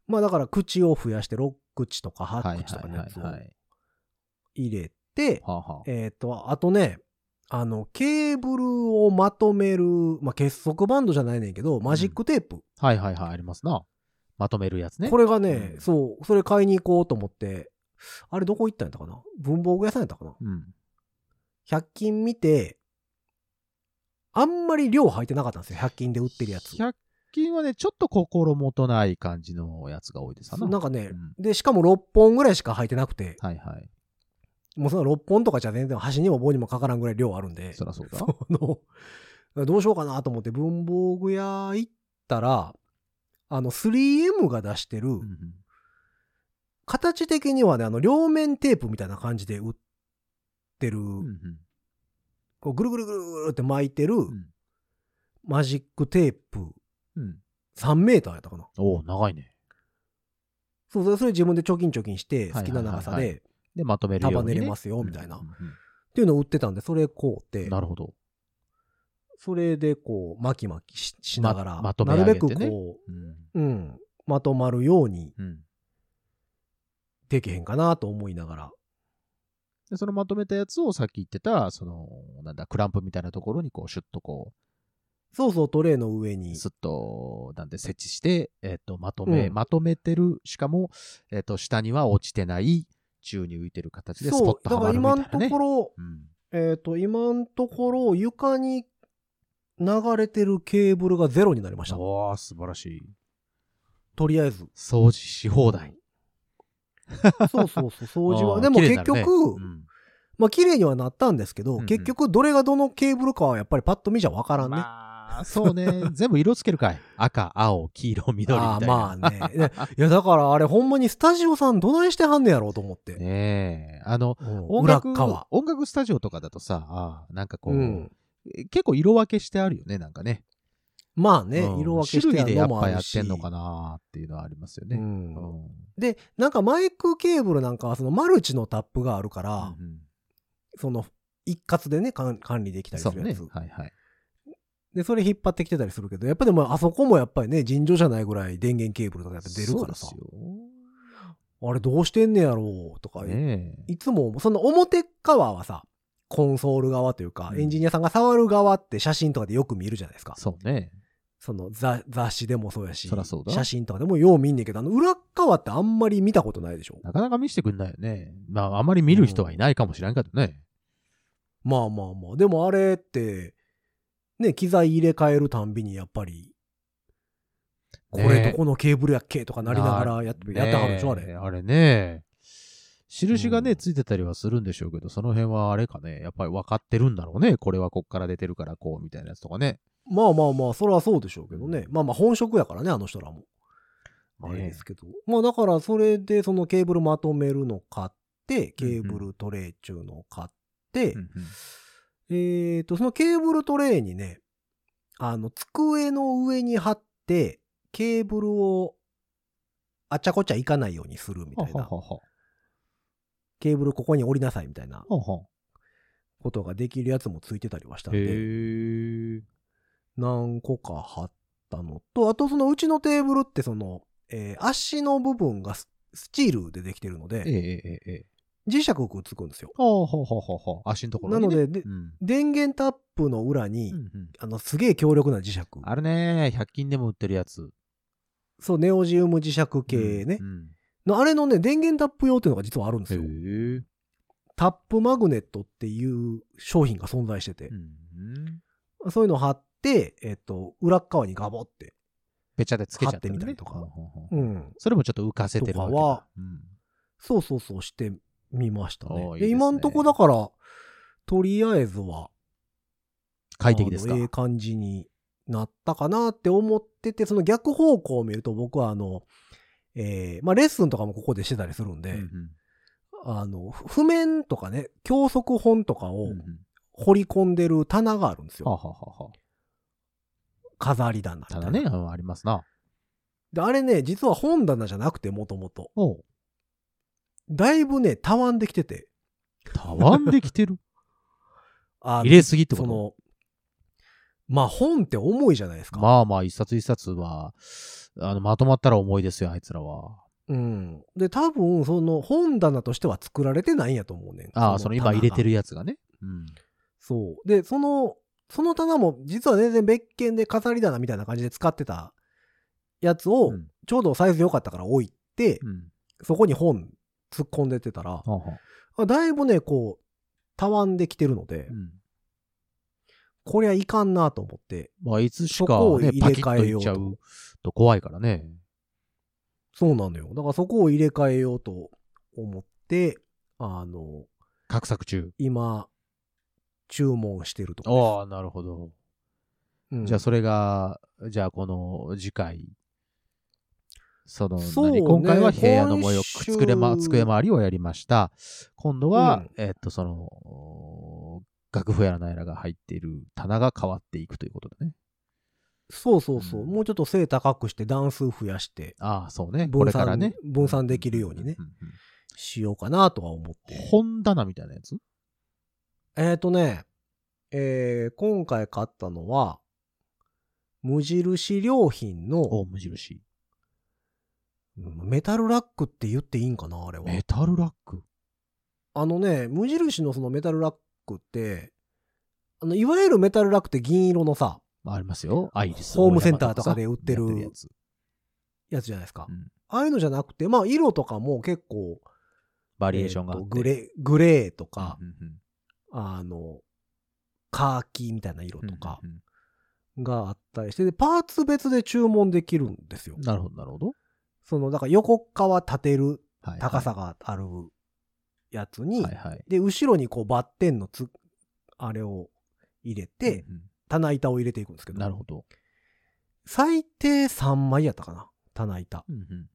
Speaker 2: まあだから口を増やして6口とか
Speaker 3: は
Speaker 2: 8
Speaker 3: い
Speaker 2: 口とか
Speaker 3: はい
Speaker 2: の
Speaker 3: は
Speaker 2: やつ
Speaker 3: い
Speaker 2: を
Speaker 3: はい。
Speaker 2: 入れて、
Speaker 3: はあはあ
Speaker 2: えっ、と、あとね、あの、ケーブルをまとめる、まあ結束バンドじゃないねんけど、マジックテープ。
Speaker 3: はいはいはい、ありますな。まとめるやつね。
Speaker 2: これがね、
Speaker 3: うん
Speaker 2: そう、それ買いに行こうと思って、あれどこ行ったんやったかな文房具屋さんやったかな
Speaker 3: うん。
Speaker 2: 100均見て、あんまり量入ってなかったんですよ。100均で売ってるやつ。
Speaker 3: 100均はね、ちょっと心もとない感じのやつが多いですわ
Speaker 2: そうなんかね、
Speaker 3: うん
Speaker 2: で、しかも6本ぐらいしか入ってなくて、
Speaker 3: はいはい。
Speaker 2: もうその6本とかじゃ全然端にも棒にもかからんぐらい 量あるんで、
Speaker 3: そらそうだ。
Speaker 2: その、どうしようかなと思って文房具屋行ったら、あの 3M が出してる、
Speaker 3: うんうん
Speaker 2: 形的にはね、あの両面テープみたいな感じで売ってる、
Speaker 3: うんうん
Speaker 2: こうぐるぐるぐるぐるって巻いてる
Speaker 3: ん
Speaker 2: マジックテープ
Speaker 3: うん。
Speaker 2: 3メーターやったかな。
Speaker 3: おお、長いね。
Speaker 2: そうそう、それ自分でチョキンチョキンして好
Speaker 3: はいはい
Speaker 2: き
Speaker 3: は
Speaker 2: ない
Speaker 3: は
Speaker 2: 長
Speaker 3: い
Speaker 2: さで
Speaker 3: で、まとめるよう
Speaker 2: 束
Speaker 3: に、ね。
Speaker 2: ねれますすよ、みたいな。っていうのを売ってたんで、それこうって、
Speaker 3: なるほど。
Speaker 2: それでこう、巻き巻きししながら、
Speaker 3: ままとめ上げて
Speaker 2: な
Speaker 3: ね
Speaker 2: るべくこ
Speaker 3: うん。
Speaker 2: う、うん、まとまるように
Speaker 3: うん。
Speaker 2: できへんかなと思いながら。
Speaker 3: で、そのまとめたやつをさっき言ってた、その、なんだ、クランプみたいなところに、こう、シュッとこ
Speaker 2: そうそう、トレイの上
Speaker 3: う、
Speaker 2: に。
Speaker 3: スッと、なんで、設置して、えっ、と、まとめ、
Speaker 2: うん
Speaker 3: まとめてる、しかも、えっ、と、下には落ちてない、宙に浮いてる形で、スポ
Speaker 2: そ
Speaker 3: ッ
Speaker 2: う、
Speaker 3: と
Speaker 2: だ
Speaker 3: は
Speaker 2: から
Speaker 3: ま
Speaker 2: 今
Speaker 3: るみた
Speaker 2: の
Speaker 3: いな
Speaker 2: と
Speaker 3: ね。
Speaker 2: ころ、
Speaker 3: うん。
Speaker 2: えっ、と、今のところ、床に流れてるケーブルがゼロになりました。
Speaker 3: おー、素晴らしい。
Speaker 2: とりあえず。
Speaker 3: 掃除し放題。
Speaker 2: そうそうそう、掃除
Speaker 3: あ
Speaker 2: は。
Speaker 3: ー
Speaker 2: でも
Speaker 3: 綺麗にな
Speaker 2: 結
Speaker 3: るね
Speaker 2: 局、
Speaker 3: うん
Speaker 2: まあ綺麗にはなったんですけど、
Speaker 3: うんうん
Speaker 2: 結局どれがどのケーブルかはやっぱりパッと見じゃわからんね。
Speaker 3: まあ、そうね。全部色つけるかい。赤、青、黄色、緑みたいな。
Speaker 2: ああーまあね。ねいや、だからあれ、ほんまにスタジオさんどないしてはんねやろうと思って。
Speaker 3: ねえ。あの、
Speaker 2: うん
Speaker 3: 音
Speaker 2: 裏
Speaker 3: 楽
Speaker 2: 側。
Speaker 3: 音楽スタジオとかだとさ、ああなんかこう、
Speaker 2: うん
Speaker 3: 結構色分けしてあるよね、なんかね。
Speaker 2: まあね、
Speaker 3: うん
Speaker 2: 色分けして
Speaker 3: 種類でや
Speaker 2: の
Speaker 3: っ
Speaker 2: も
Speaker 3: ぱ
Speaker 2: あ
Speaker 3: や
Speaker 2: る
Speaker 3: っ
Speaker 2: して
Speaker 3: んのかなっていうのはありますよ
Speaker 2: う。
Speaker 3: ね。うんん
Speaker 2: で、なんかマイクケーブルなんかはそのマルチのタップがあるから、
Speaker 3: うん
Speaker 2: その一括でね、管管理できたりす
Speaker 3: そう
Speaker 2: るや
Speaker 3: ね
Speaker 2: つ。。
Speaker 3: はいはい。
Speaker 2: で、それ引っ張ってきてたりするけど、やっぱでもあそこもやっぱりね、尋常じゃないぐらい電源ケーブルとかやっぱ出るからさ
Speaker 3: そ、う
Speaker 2: あれどうしてんねやろうとか、
Speaker 3: ですよ。ねえ。
Speaker 2: いつも、その表側はさ、コンソール側というか、
Speaker 3: うん
Speaker 2: エンジニアさんが触る側って写真とかでよく見るじゃないですか。
Speaker 3: そうね。
Speaker 2: その雑雑誌でもそうやし
Speaker 3: そらそうだ
Speaker 2: 写真とかでもよう見んねんけど、あの裏側ってあんまり見たことないでしょ。
Speaker 3: なかなか見せてくんないよね。まあ、あまり見る人はいないかもしれんけどね。
Speaker 2: まあまあまあ。でもあれって、ね、機材入れ替えるたんびにやっぱり、こ
Speaker 3: ね
Speaker 2: れどこのケーブルやっけとかなりながらやっ
Speaker 3: ねえ
Speaker 2: やってはるでしょ、あれ。
Speaker 3: あれね。印がね、
Speaker 2: うん
Speaker 3: ついてたりはするんでしょうけど、その辺はあれかね、やっぱり分かってるんだろうね。これはこっから出てるからこうみたいなやつとかね。
Speaker 2: まあまあまあ、それはそうでしょうけどね。まあまあ、本職やからね、あの人らも。
Speaker 3: ね
Speaker 2: あれですけど。まあだから、それでそのケーブルまとめるの買って、ケーブルトレイっていうのを買って、えっと、そのケーブルトレイにね、あの、机の上に貼って、ケーブルをあっちゃこっちゃ行かないようにするみたい
Speaker 3: ほう
Speaker 2: な。
Speaker 3: ほうほ
Speaker 2: ケーブルここに降りなさいみたいな
Speaker 3: うほうほ
Speaker 2: ことができるやつもついてたりはしたん
Speaker 3: う。へ
Speaker 2: で、
Speaker 3: え。
Speaker 2: 何個か貼ったのと、あとそのうちのテーブルってその、えー足の部分がススチールでできてるの
Speaker 3: ええ
Speaker 2: で、
Speaker 3: ええええ。
Speaker 2: 磁石くっつくんですよ。
Speaker 3: ほうほうほうほうほう。足のところ
Speaker 2: な
Speaker 3: に
Speaker 2: の
Speaker 3: ね。
Speaker 2: で、で
Speaker 3: うん。
Speaker 2: 電源タップの裏に、
Speaker 3: うんうん
Speaker 2: あの、すげえ強力な磁石。
Speaker 3: あるね。100均でも売ってるやつ。
Speaker 2: そう、ネオジウム磁石系ね
Speaker 3: う。ん
Speaker 2: のあれのね、電源タップ用っていうのが実はあるんです
Speaker 3: うん
Speaker 2: よ。
Speaker 3: へえ。
Speaker 2: タップマグネットっていう商品が存在してて
Speaker 3: う、ん。
Speaker 2: そういうのを貼って、えっと、裏っ側にガボって、
Speaker 3: ペチャでつけちゃ
Speaker 2: 貼ってみたりとか
Speaker 3: ほうほうほう
Speaker 2: うん。
Speaker 3: それもちょっと浮かせてるわけ
Speaker 2: とかは
Speaker 3: だ。うん
Speaker 2: そうそうそうしてみましたね。
Speaker 3: おーい
Speaker 2: で
Speaker 3: いですね
Speaker 2: 今んとこだから、とりあえずは、
Speaker 3: 快適ですか
Speaker 2: あのええ感じになったかなって思ってて、その逆方向を見ると僕はあの、えーまあレッスンとかもここでしてたりするんで、
Speaker 3: うんうん
Speaker 2: あの、ふ譜面とかね、教則本とかを
Speaker 3: うんうん
Speaker 2: 掘り込んでる棚があるんですよ。
Speaker 3: はあはあはあはあ
Speaker 2: 飾り棚みたいな。
Speaker 3: ただね、うんありますな。
Speaker 2: で、あれね、実は本棚じゃなくてもともと。
Speaker 3: おう
Speaker 2: だいぶね、たわんできてて。
Speaker 3: たわんできてる。
Speaker 2: あの
Speaker 3: 入れすぎって
Speaker 2: そ
Speaker 3: こと
Speaker 2: の、まあ本って重いじゃないですか。
Speaker 3: まあまあ、一冊一冊は、あの、まとまったら重いですよ、あいつらは。
Speaker 2: うん。で、多分、その本棚としては作られてないんやと思うねん。
Speaker 3: ああ、その今入れて
Speaker 2: る。
Speaker 3: るやつがね。うん。
Speaker 2: そう。で、その、その棚も実は全然別件で飾り棚みたいな感じで使ってたやつを
Speaker 3: う、ん
Speaker 2: ちょうどサイズ良かったから置いて、
Speaker 3: うん。
Speaker 2: そこに本突っ込んでってたら、
Speaker 3: はあはあ
Speaker 2: あだいぶね、こう、たわんできてるので、
Speaker 3: うん
Speaker 2: こりゃいかんなと思って、
Speaker 3: まあ、いつし
Speaker 2: そ
Speaker 3: か
Speaker 2: こを入
Speaker 3: ね、
Speaker 2: れ
Speaker 3: パキッ
Speaker 2: 替
Speaker 3: と
Speaker 2: えよ
Speaker 3: いうっ
Speaker 2: と
Speaker 3: ちゃうと怖いからね。
Speaker 2: そうなのよ。だからそこを入れ替えようと思って、あの、
Speaker 3: 画策中。
Speaker 2: 今、注文してると
Speaker 3: あ
Speaker 2: こ
Speaker 3: あ、なるほ
Speaker 2: で
Speaker 3: ど。
Speaker 2: す。うん
Speaker 3: じゃあ、それが、じゃあ、この次回、その、
Speaker 2: そうね
Speaker 3: 何今回は部屋の模様、
Speaker 2: 今週
Speaker 3: 机ま、机回りをやりました。今度
Speaker 2: う
Speaker 3: は
Speaker 2: ん、
Speaker 3: えっと、その、お楽譜やら何やらが入っている棚が変わっていくということでね。
Speaker 2: そうそうそう、
Speaker 3: うん
Speaker 2: もうちょっと背高くして段数増やして
Speaker 3: ああ、そうね。こ
Speaker 2: 分
Speaker 3: れか
Speaker 2: 散
Speaker 3: らね。
Speaker 2: 分散できるようにね、
Speaker 3: んんうん
Speaker 2: しようかなとは思ってる。
Speaker 3: 本棚みたいなやつ
Speaker 2: えっ、ー、とね、えー今回買ったのは、無印良品の
Speaker 3: お無印。
Speaker 2: うんメタルラックって言っていいんかなあれは。
Speaker 3: メタルラック。
Speaker 2: あのね、無印のそのメタルラックって、あの、いわゆるメタルラックって銀色のさ、
Speaker 3: まあありますよ。アイリス。
Speaker 2: ホームセンターとかで売ってる
Speaker 3: ややつ
Speaker 2: やつじゃないですか。
Speaker 3: うん
Speaker 2: ああいうのじゃなくて、まあ、色とかも結構、
Speaker 3: バリエーションがあって。
Speaker 2: えーとグレー、グレーと
Speaker 3: うん
Speaker 2: か、
Speaker 3: うんうん
Speaker 2: あの、カーキみたいな色とか
Speaker 3: うんうん
Speaker 2: があったりして、でパーツ別で注文できるんですよ
Speaker 3: うん。なるほど、なるほど。
Speaker 2: その、だから横側立てる
Speaker 3: はい
Speaker 2: 高さがあるやつに、
Speaker 3: はいはい。
Speaker 2: で、後ろにこうバッテンのつ、あれを入れて、
Speaker 3: うん
Speaker 2: 棚板を入れていくんですけ
Speaker 3: うん
Speaker 2: ど、
Speaker 3: なるほど。
Speaker 2: 最低3枚やったかな。棚板
Speaker 3: うんうん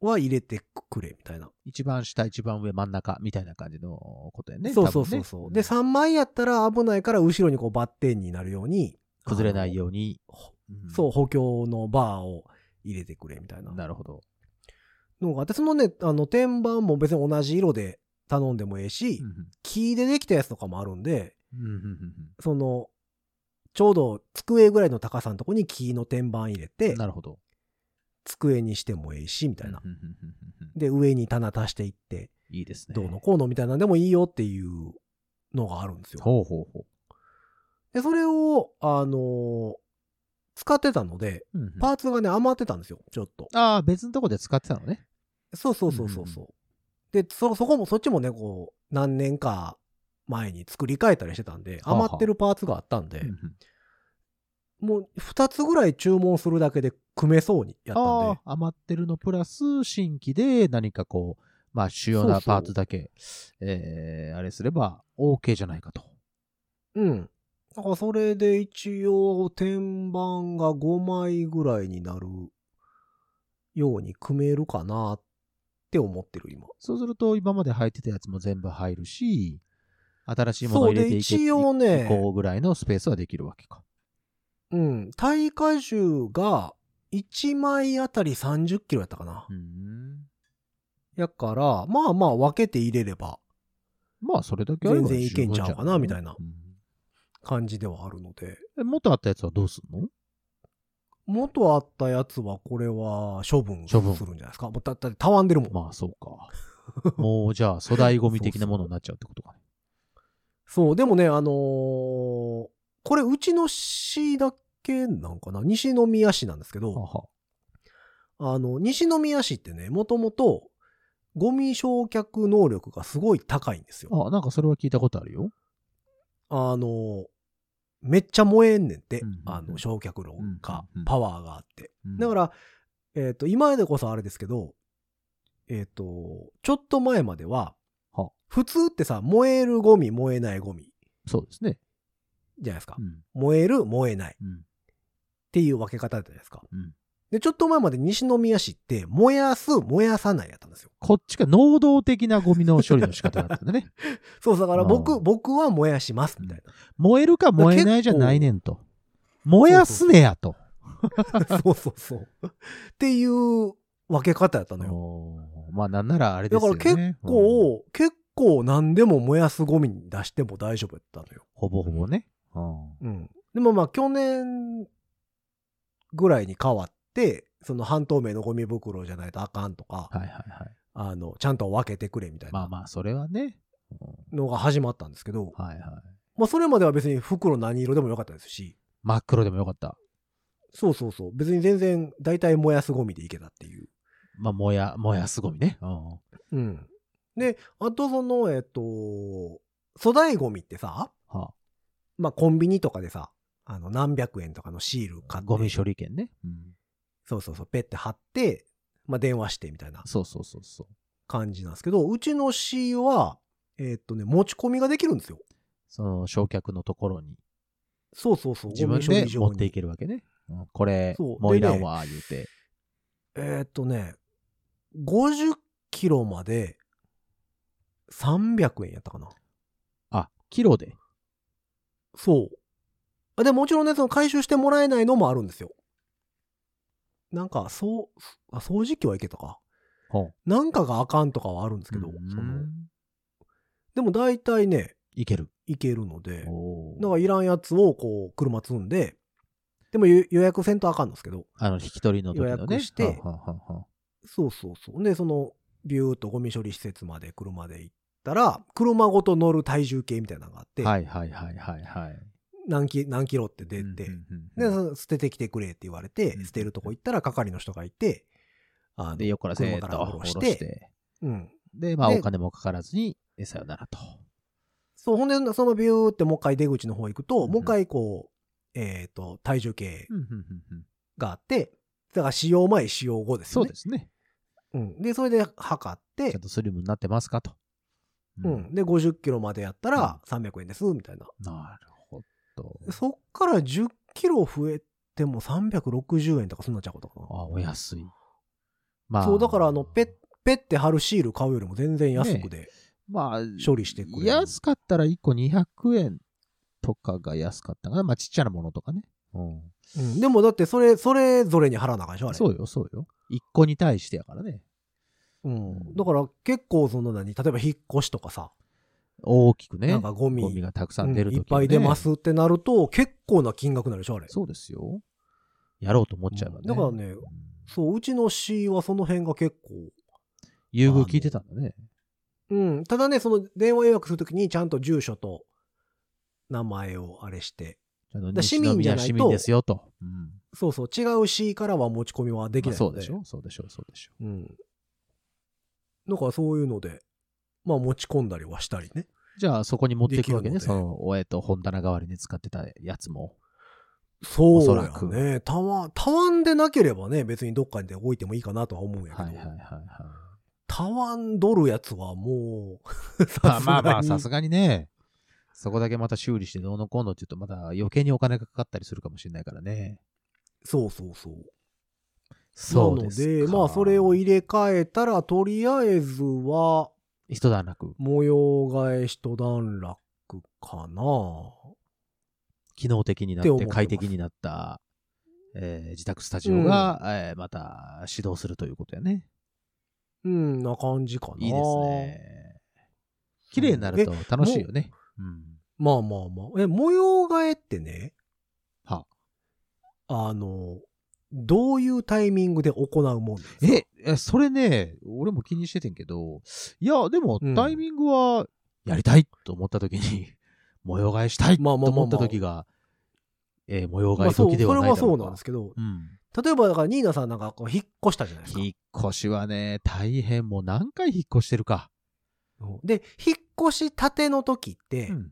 Speaker 2: は入れてくれ、みたいな。
Speaker 3: 一番下、一番上、真ん中みたいな感じのことやね。
Speaker 2: そうそうそうそう、
Speaker 3: 多分
Speaker 2: で、
Speaker 3: ね
Speaker 2: 3枚やったら危ないから、後ろにこうバッテンになるように、
Speaker 3: 崩れないように。
Speaker 2: あの。そう、補強のバーを入れてくれ、みたいな
Speaker 3: うんなるほど。
Speaker 2: のがあって、そのね、あの、天板も別に同じ色で頼んでもええし、
Speaker 3: うん
Speaker 2: 木でできたやつとかもあるんで、
Speaker 3: うんうんうんうん
Speaker 2: その、ちょうど机ぐらいの高さのとこに木の天板入れ
Speaker 3: うん
Speaker 2: て、
Speaker 3: なるほど。
Speaker 2: 机にしてもええし、みたいな
Speaker 3: う。んうんうんうんうん
Speaker 2: で、上に棚足していって、
Speaker 3: いいですね。
Speaker 2: どうのこうのみたいなんでもいいよっていうのがあるんですよ。
Speaker 3: ほうほうほ
Speaker 2: で、それを、あのー使ってたので、
Speaker 3: ううんうん。
Speaker 2: パーツがね、余ってたんですよ、ちょっと。
Speaker 3: ああ、別のとこで使ってたのね。
Speaker 2: そうそうそうそうそう。で、そ、そこも、そっちもね、こう、何年か前に作り変えたりしてたんで、
Speaker 3: はあはあ
Speaker 2: 余ってるパーツがあったんで、
Speaker 3: うんうん
Speaker 2: もう2つぐらい注文するだけで組めそうにやったんで
Speaker 3: あ、あ余ってるのプラス新規で何かこう、まあ、主要なパーツだけ、えーあれすれば OK じゃないかと。
Speaker 2: うん。だからそれで一応天板が5枚ぐらいになるように組めるかなって思ってる今。
Speaker 3: そうすると、今まで入ってたやつも全部入るし、新しいもの
Speaker 2: そ
Speaker 3: を
Speaker 2: う
Speaker 3: 入れ
Speaker 2: で
Speaker 3: ていけ
Speaker 2: 一応ね、
Speaker 3: こうぐらいのスペースはできるわけか。
Speaker 2: うん、耐荷重が1枚あたり30キロやったかな
Speaker 3: う。ん。
Speaker 2: やから、まあまあ分けて入れれば
Speaker 3: まあ、それだけあれば
Speaker 2: 全然いけんちゃうかな
Speaker 3: 十分
Speaker 2: みたいな
Speaker 3: うん
Speaker 2: 感じではあるので。
Speaker 3: え元あったやつはどうすんの
Speaker 2: 元あったやつはこれは処分す
Speaker 3: 処
Speaker 2: る
Speaker 3: 分
Speaker 2: んじゃないですか。もうだだってたわんでるもん。
Speaker 3: まあ、そう か。もう、じゃあ、粗大ゴミ的なものになっちゃうってことかね。
Speaker 2: そう、でもね、あのーこれうちの市だけなんかな西宮市なんですけど、
Speaker 3: はは
Speaker 2: あの、西宮市ってね、もともとゴミ焼却能力がすごい高いんですよ。
Speaker 3: あ、なんかそれは聞いたことあるよ。
Speaker 2: あのーめっちゃ燃えんねんって、
Speaker 3: うんうんうん
Speaker 2: あの、焼却炉が、
Speaker 3: うんうんうん
Speaker 2: パワーがあって。
Speaker 3: うん
Speaker 2: だか、ら、えっ、と、今までこそあれですけど、えっ、と、ちょっと前までは
Speaker 3: は、
Speaker 2: 普通ってさ、燃えるゴミ、燃えないゴミ
Speaker 3: そうですね。
Speaker 2: じゃないですか
Speaker 3: う。ん。
Speaker 2: 燃える、燃えないっ
Speaker 3: うん。
Speaker 2: ていう分け方だったじゃないですか。
Speaker 3: うん
Speaker 2: で、ちょっと前まで西宮市って、燃やす、燃やさないやったんですよ。
Speaker 3: こっちが能動的なゴミの処理の仕方だったんだね。
Speaker 2: そう、だから
Speaker 3: う
Speaker 2: 僕、
Speaker 3: ん
Speaker 2: 僕は燃やします、みたい
Speaker 3: 燃えるか燃えないじゃないねんと。燃やすねやと。
Speaker 2: な。 そうそうそう。っていう分け方やったのよ。
Speaker 3: おーまあなんならあれで
Speaker 2: だ
Speaker 3: す
Speaker 2: か
Speaker 3: よ
Speaker 2: ら
Speaker 3: ね。
Speaker 2: 結
Speaker 3: うん
Speaker 2: 構、結構何でも燃やすゴミに出しても大丈夫やったのよ。
Speaker 3: ほぼほぼね。うん
Speaker 2: うん。でもまあ去年ぐらいに変わって、その半透明のゴミ袋じゃないとあかんとか、
Speaker 3: はいはいはい。
Speaker 2: あの、ちゃんと分けてくれみたい
Speaker 3: まあ
Speaker 2: な
Speaker 3: まあ、それはね。うん
Speaker 2: のが始まったんですけど、
Speaker 3: はいはい。
Speaker 2: まあそれまでは別に袋何色でもよかったですし、
Speaker 3: 真っ黒でもよかった。
Speaker 2: そうそうそう、別に全然大体燃やすゴミでいけたっていう。
Speaker 3: まあ、燃や、燃やすゴミね。うん
Speaker 2: うん。で、あとその、えっと、粗大ゴミってさ、
Speaker 3: は
Speaker 2: まあコンビニとかでさ、あの何百円とかのシール買
Speaker 3: あ、
Speaker 2: って、
Speaker 3: ゴミ処理券ね。うん
Speaker 2: そうそうそう、ペッて貼って、まあ電話してみたいな
Speaker 3: そうそうそうそう。
Speaker 2: 感じなんですけど、うちの市は、えーっとね、持ち込みができるんですよ。
Speaker 3: その焼却のところに
Speaker 2: そうそうそう。
Speaker 3: 自分
Speaker 2: ゴミ
Speaker 3: で
Speaker 2: 処理場に
Speaker 3: 持っていけるわけね。うんこれ
Speaker 2: そう、
Speaker 3: 燃えら
Speaker 2: で
Speaker 3: ん
Speaker 2: ね
Speaker 3: わ、言うて。
Speaker 2: えーっとね、50キロまで300円やったかな。
Speaker 3: あ、キロで。
Speaker 2: そう。あで、もちろんね、その回収してもらえないのもあるんですよ。なんか、そう、あ掃除機はいけたか。
Speaker 3: ほう
Speaker 2: なんかがあかんとかはあるんですけど、
Speaker 3: うん
Speaker 2: そのでも大体ね、
Speaker 3: いける。
Speaker 2: いけるので、
Speaker 3: おー
Speaker 2: なんかいらんやつをこう、車積んで、でも予予約せんとあかんのですけど、
Speaker 3: あの、引き取りの時のね。
Speaker 2: 予約して
Speaker 3: はあはあはあはあ
Speaker 2: そうそうそう。で、その、ビューっとゴミ処理施設まで車で行ったら、車ごと乗る体重計みたいなのがあって、
Speaker 3: はいはいはいはいはい。
Speaker 2: 何キ何キロって出て、
Speaker 3: うんうん
Speaker 2: で、
Speaker 3: うん
Speaker 2: その捨ててきてくれって言われて、
Speaker 3: うん
Speaker 2: 捨てるとこ行ったら係の人がいて、あの
Speaker 3: で、横からせーっ
Speaker 2: 車
Speaker 3: と
Speaker 2: から
Speaker 3: 下
Speaker 2: 下
Speaker 3: ろ
Speaker 2: ろ
Speaker 3: し
Speaker 2: しててうん。
Speaker 3: で、まあ、
Speaker 2: で
Speaker 3: お金もかからずに、えさよならと。
Speaker 2: そう、ほんで、そのビューってもう一回出口の方行くと、
Speaker 3: うん
Speaker 2: もう一回こう、えっ、と、体重計
Speaker 3: うんうんうんうん
Speaker 2: があって、だから使用前、使用後です
Speaker 3: そ
Speaker 2: よ
Speaker 3: う
Speaker 2: ね
Speaker 3: で。すね。
Speaker 2: うん。で、それで測って
Speaker 3: ちゃん、とスリムになってますかと。
Speaker 2: う。ん。で、50キロまでやったら300円です、みたいな。
Speaker 3: なるほど。
Speaker 2: そっから10キロ増えても360円とかそんなっちゃうことかな。
Speaker 3: あ、お安い。ま
Speaker 2: そう、だからあの、ペッ、ペッて貼るシール買うよりも全然安くで
Speaker 3: まあ、
Speaker 2: 処理してくれる。
Speaker 3: 安かったら1個200円とかが安かったかな。まあ、ちっちゃなものとかね。うん。
Speaker 2: うん、でもだってそれ、それぞれに貼らなあかんでしょ、あれ。
Speaker 3: そうよ、そうよ。1個に対してやからね。
Speaker 2: うん。だから結構その何、例えば引っ越しとかさ、
Speaker 3: 大きくね。
Speaker 2: なんかゴミ
Speaker 3: ゴミがたくさん出る
Speaker 2: うんい
Speaker 3: と
Speaker 2: っぱい出ま。すってなると、結構な金額になるでしょ、あれ。
Speaker 3: そうですよ。やろうと思っちゃえばね。
Speaker 2: うんだからね
Speaker 3: うん
Speaker 2: そう、うちの市はその辺が結構。
Speaker 3: 優遇聞いてたんだね。
Speaker 2: うん。ただね、その電話予約するときにちゃんと住所と名前をあれして、
Speaker 3: あの
Speaker 2: だから市民じゃないと
Speaker 3: 西宮市民ですよと。うん。
Speaker 2: そうそう、違う市からは持ち込みはでき
Speaker 3: ま
Speaker 2: な
Speaker 3: あ
Speaker 2: い
Speaker 3: そ
Speaker 2: の
Speaker 3: う
Speaker 2: で。
Speaker 3: でしょ、そうでしょ、そうでしょ。
Speaker 2: うん。だからそういうので、まあ持ち込んだりはしたりね。
Speaker 3: じゃあ、そこに持っていくわけね。
Speaker 2: できる
Speaker 3: そ
Speaker 2: ので
Speaker 3: の、えっと、本棚代わりに使ってたやつも。
Speaker 2: そうう
Speaker 3: やね
Speaker 2: やね。たわ、たわんでなければね、別にどっかで置いてもいいかなとは思うんやけ
Speaker 3: はい
Speaker 2: ど、
Speaker 3: はいはいはい。
Speaker 2: たわんどるやつはもう、
Speaker 3: ま
Speaker 2: さ
Speaker 3: あ
Speaker 2: す
Speaker 3: ま
Speaker 2: が
Speaker 3: あまあ、
Speaker 2: に
Speaker 3: さすがにね。そこだけまた修理してどうのこうのって言うと、また余計にお金がかかったりするかもしれないからね。
Speaker 2: そうそうそう。
Speaker 3: そ
Speaker 2: な
Speaker 3: う
Speaker 2: の
Speaker 3: ですか。
Speaker 2: で、まあそれを入れ替えたら、とりあえずは、
Speaker 3: 一段落、
Speaker 2: 模様替え一段落かな。
Speaker 3: 機能的にな
Speaker 2: って思
Speaker 3: っ
Speaker 2: って
Speaker 3: て
Speaker 2: ます
Speaker 3: 快適になった、えー自宅スタジオが、えーまた始動するということやね。
Speaker 2: うん、な感じかな。
Speaker 3: いいです。ね。綺麗になると楽しいよね。うん。
Speaker 2: まあまあまあ。え、模様替えってね、
Speaker 3: は
Speaker 2: あの、どういうタイミングで行うもんですか
Speaker 3: え、えそれね、俺も気にしててんけど、いや、でも
Speaker 2: うん
Speaker 3: タイミングはやりたいと思った時に、 模様替えしたいと
Speaker 2: まあまあまあま
Speaker 3: 思
Speaker 2: あ
Speaker 3: った時が、えー模様
Speaker 2: ま
Speaker 3: 替
Speaker 2: あ
Speaker 3: え
Speaker 2: そう、
Speaker 3: 時
Speaker 2: そ
Speaker 3: で
Speaker 2: れ
Speaker 3: はないだろ
Speaker 2: は
Speaker 3: うか。
Speaker 2: そうなんですけど、例えばだからニーナさんなんかこう引っ越したじゃないです
Speaker 3: うん。
Speaker 2: か。
Speaker 3: 引っ越しはね、大変もう何回引っ越してるか。
Speaker 2: で、引っ越したての時って、
Speaker 3: うん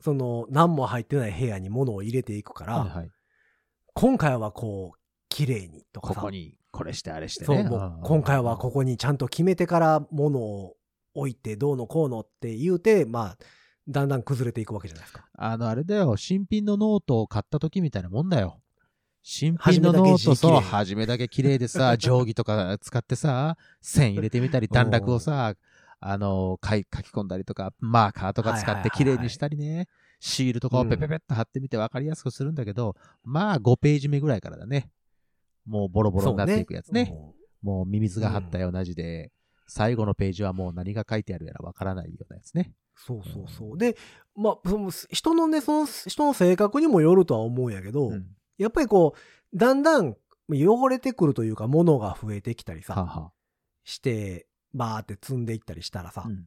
Speaker 2: その何も入ってない部屋に物を入れていくから、
Speaker 3: はいはい。
Speaker 2: 今回はこう、綺麗にとか
Speaker 3: こ
Speaker 2: さ、
Speaker 3: こに、これしてあれして
Speaker 2: そう
Speaker 3: ね。
Speaker 2: も
Speaker 3: ん
Speaker 2: う今回はここにちゃんと決めてから物を置いてどうのこうのって言うて、まあ、だんだん崩れていくわけじゃないですか。
Speaker 3: あの、あれだよ、新品のノートを買った時みたいなもんだよ。新
Speaker 2: 初
Speaker 3: 品
Speaker 2: め
Speaker 3: の
Speaker 2: だけ
Speaker 3: ノート、
Speaker 2: 字綺麗
Speaker 3: そう、初めだけ綺麗 でさ、定規とか使ってさ、線入れてみたり、段落をさ、あの、書い書き込んだりとか、マーカーとか使
Speaker 2: はいは
Speaker 3: っ
Speaker 2: いは
Speaker 3: て
Speaker 2: い
Speaker 3: 綺
Speaker 2: はい
Speaker 3: 麗にしたりね、シールとかを
Speaker 2: うん
Speaker 3: ペペペッと貼ってみて分かりやすくするんだけど、まあ、5ページ目ぐらいからだね。もうボロボロになっていくやつね。
Speaker 2: うん
Speaker 3: もうミミズが貼ったような字で、最後のページはもう何が書いてあるやら分からないようなやつね。
Speaker 2: そうそうそう。で、まあ、その人のね、その人の性格にもよるとは思うんやけど、
Speaker 3: うん
Speaker 2: やっぱりこう、だんだん汚れてくるというか、物が増えてきたり
Speaker 3: はあ
Speaker 2: さ、
Speaker 3: は
Speaker 2: して、バーって積んでいったりしたらさ、
Speaker 3: あ。うん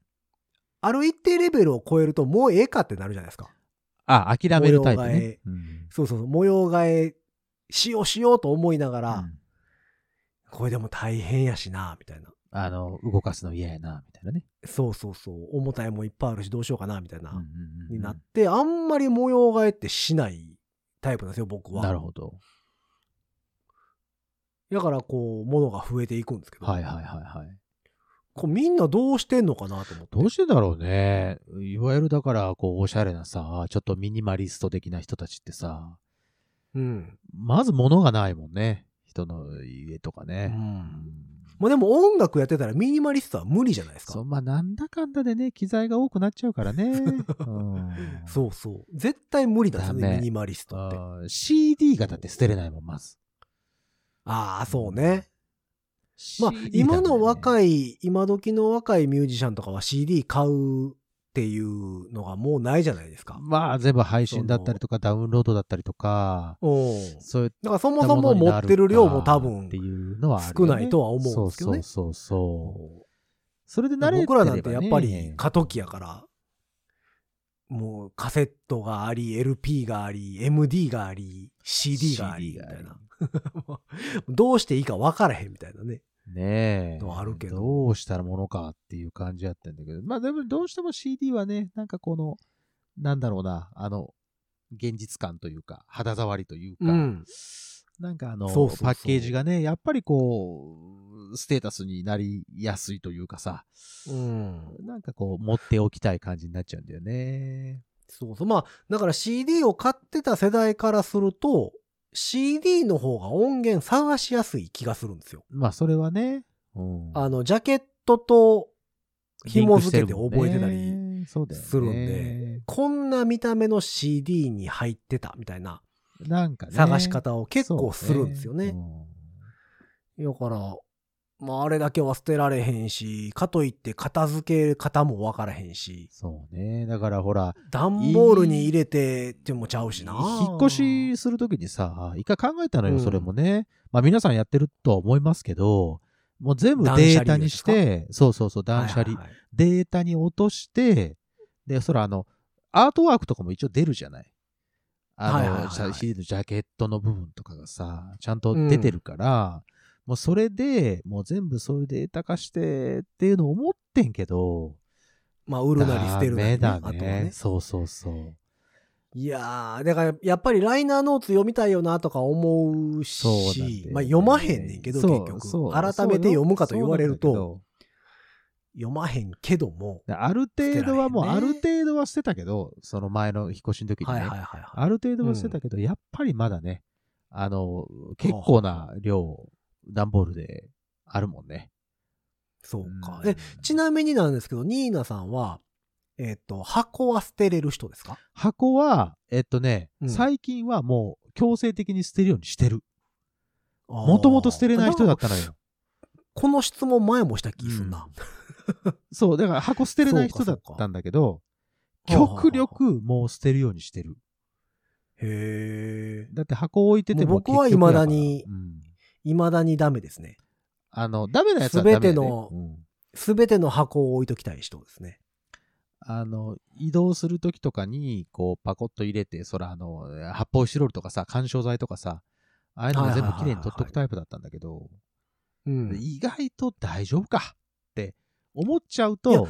Speaker 2: ある一定レベルを超えると、もうええかってなるじゃないですか。
Speaker 3: あ、諦めるタイプ
Speaker 2: 模様替え
Speaker 3: ね。うん
Speaker 2: そうそうそう、模様替えしようしようと思いながら、
Speaker 3: うん
Speaker 2: これでも大変やしな、みたいな。
Speaker 3: あの、動かすの嫌やな、みたいなね。
Speaker 2: そうそうそう、重たいもんいっぱいあるし、どうしようかな、みたいな、
Speaker 3: うんうんうん
Speaker 2: になって、あんまり模様替えってしないタイプなんですよ、僕は。
Speaker 3: なるほど。
Speaker 2: だからこう、物が増えていくんですけど、
Speaker 3: はいはいはいはい。
Speaker 2: こうみんなどうしてんのかなと思って。
Speaker 3: どうしてだろうね。いわゆるだから、こう、おしゃれなさ、ちょっとミニマリスト的な人たちってさ、
Speaker 2: うん。
Speaker 3: まず物がないもんね。人の家とか
Speaker 2: う
Speaker 3: ね。
Speaker 2: ん。まあでも音楽やってたらミニマリストは無理じゃないですか。
Speaker 3: そ、
Speaker 2: そうう
Speaker 3: まあ、なんだかんだでね、機材が多くなっちゃうか らね。うん
Speaker 2: そう絶対無理だよ
Speaker 3: ダ
Speaker 2: ね、
Speaker 3: メ
Speaker 2: ミニマリストって。あ
Speaker 3: あー CD がだって捨てれないもん、まず。
Speaker 2: あー、そうね。まあ
Speaker 3: CD
Speaker 2: 今の
Speaker 3: い。
Speaker 2: 若い、今時の若いミュージシャンとかは CD 買うっていうのがもうないじゃないですか。
Speaker 3: まあ、全部配信だったりとか、ダウンロードだったりとか、
Speaker 2: うん。
Speaker 3: そういう
Speaker 2: だからそもそも持ってる量も多分
Speaker 3: っていうのはあるよ
Speaker 2: 少
Speaker 3: ね
Speaker 2: ないとは思うんですけどね
Speaker 3: そうそうそうそう。
Speaker 2: うん
Speaker 3: それで慣れてれ
Speaker 2: 僕
Speaker 3: ば、ね、
Speaker 2: らなんてやっぱり過渡期やから、もうカセットがあり、LP があり、MD があり、CD があり、み
Speaker 3: CD が
Speaker 2: た
Speaker 3: あり
Speaker 2: いな。どうしていいか分からへんみたいなね。
Speaker 3: ねえ。
Speaker 2: のはあるけど
Speaker 3: うしたらものかっていう感じやったんだけど、まあでもどうしても CD はね、なんかこの、なんだろうな、あの、現実感というか、肌触りという
Speaker 2: う
Speaker 3: か、
Speaker 2: ん
Speaker 3: なんかあの
Speaker 2: そうそうそう
Speaker 3: パッケージがね、やっぱりこう、ステータスになりやすいというかさ、
Speaker 2: うん。
Speaker 3: なんかこう、持っておきたい感じになっちゃうんだよね。
Speaker 2: そうそう。まあ、だから CD を買ってた世代からすると、CD の方が音源探しやすい気がするんですよ。
Speaker 3: まあそれはね、うん、
Speaker 2: あの、ジャケットと紐付けて
Speaker 3: リンク
Speaker 2: 覚え
Speaker 3: して
Speaker 2: た
Speaker 3: るもん
Speaker 2: り、
Speaker 3: ねそうだよね
Speaker 2: するんでこんな見た目の CD に入ってたみたいな
Speaker 3: なんかね。
Speaker 2: 探し方を結構するんですよね
Speaker 3: そううん
Speaker 2: だから、まあ、あれだけは捨てられへんし、かといって片付け方もわからへんし、
Speaker 3: そうね。だからほら、
Speaker 2: 段ボールに入れてってもちゃうしな。
Speaker 3: 引っ越しするときにさ、一回考えたの
Speaker 2: う
Speaker 3: よ、
Speaker 2: ん
Speaker 3: それもね。まあ皆さんやってるとは思いますけど、もう全部データにして、そうそうそう、断捨離
Speaker 2: はい。はいはい
Speaker 3: データに落として、で、そらあの、アートワークとかも一応出るじゃない。
Speaker 2: はいはいはい
Speaker 3: あ
Speaker 2: はい
Speaker 3: の、シャシールジャケットの部分とかがさ、ちゃんと出てるから、もうそれで、もう全部そういうデータ化してっていうのを思ってんけど、
Speaker 2: まあ、売るなり捨てるなり、ね。
Speaker 3: ダ
Speaker 2: あ
Speaker 3: メ
Speaker 2: と
Speaker 3: だ
Speaker 2: は
Speaker 3: ね
Speaker 2: ね。
Speaker 3: そうそうそう。
Speaker 2: いやー、だからやっぱりライナーノーツ読みたいよなとか思う
Speaker 3: そうなんだよね
Speaker 2: し、まあ読まへんねんけど、
Speaker 3: そう
Speaker 2: 結
Speaker 3: そう
Speaker 2: 局。改めて読むかと言われる
Speaker 3: そう
Speaker 2: と、読まへんけども。
Speaker 3: なんだけどある程度はもう、
Speaker 2: 捨てられへ
Speaker 3: あ
Speaker 2: ん
Speaker 3: る
Speaker 2: ね
Speaker 3: 程度は捨てたけど、その前の引っ越しの時に
Speaker 2: は
Speaker 3: ね、
Speaker 2: いはいはいはい。
Speaker 3: ある程度は捨てたけど、やっぱりまだね、あの、結構な量、段ボールであるもんね。
Speaker 2: そうか。
Speaker 3: うん
Speaker 2: え、ちなみになんですけど、ニーナさんは、えっ、と、箱は捨てれる人ですか
Speaker 3: 箱は、えっとね、
Speaker 2: うん
Speaker 3: 最近はもう強制的に捨てるようにしてる。
Speaker 2: も
Speaker 3: もともと捨てれない人だったのよ。
Speaker 2: この質問前もした気すんな。
Speaker 3: そう、だから箱捨てれない人だったんだけど、極力もう捨てるようにしてる。
Speaker 2: へえ。
Speaker 3: だって箱置いてても
Speaker 2: もう僕は
Speaker 3: 結局から
Speaker 2: 未だに
Speaker 3: うん
Speaker 2: 未だにダメですね。
Speaker 3: あの、ダメなやつはダメ、ね。
Speaker 2: 全ての
Speaker 3: うん
Speaker 2: すべての箱を置いときたい人ですね。
Speaker 3: あの、移動するときとかに、こう、パコッと入れて、そら、あの、発泡スチロールとかさ、緩衝材とかさ、ああいうのが全部きれいに取っとくタイプだったんだけど、
Speaker 2: うん。
Speaker 3: 意外と大丈夫かって思っちゃうと、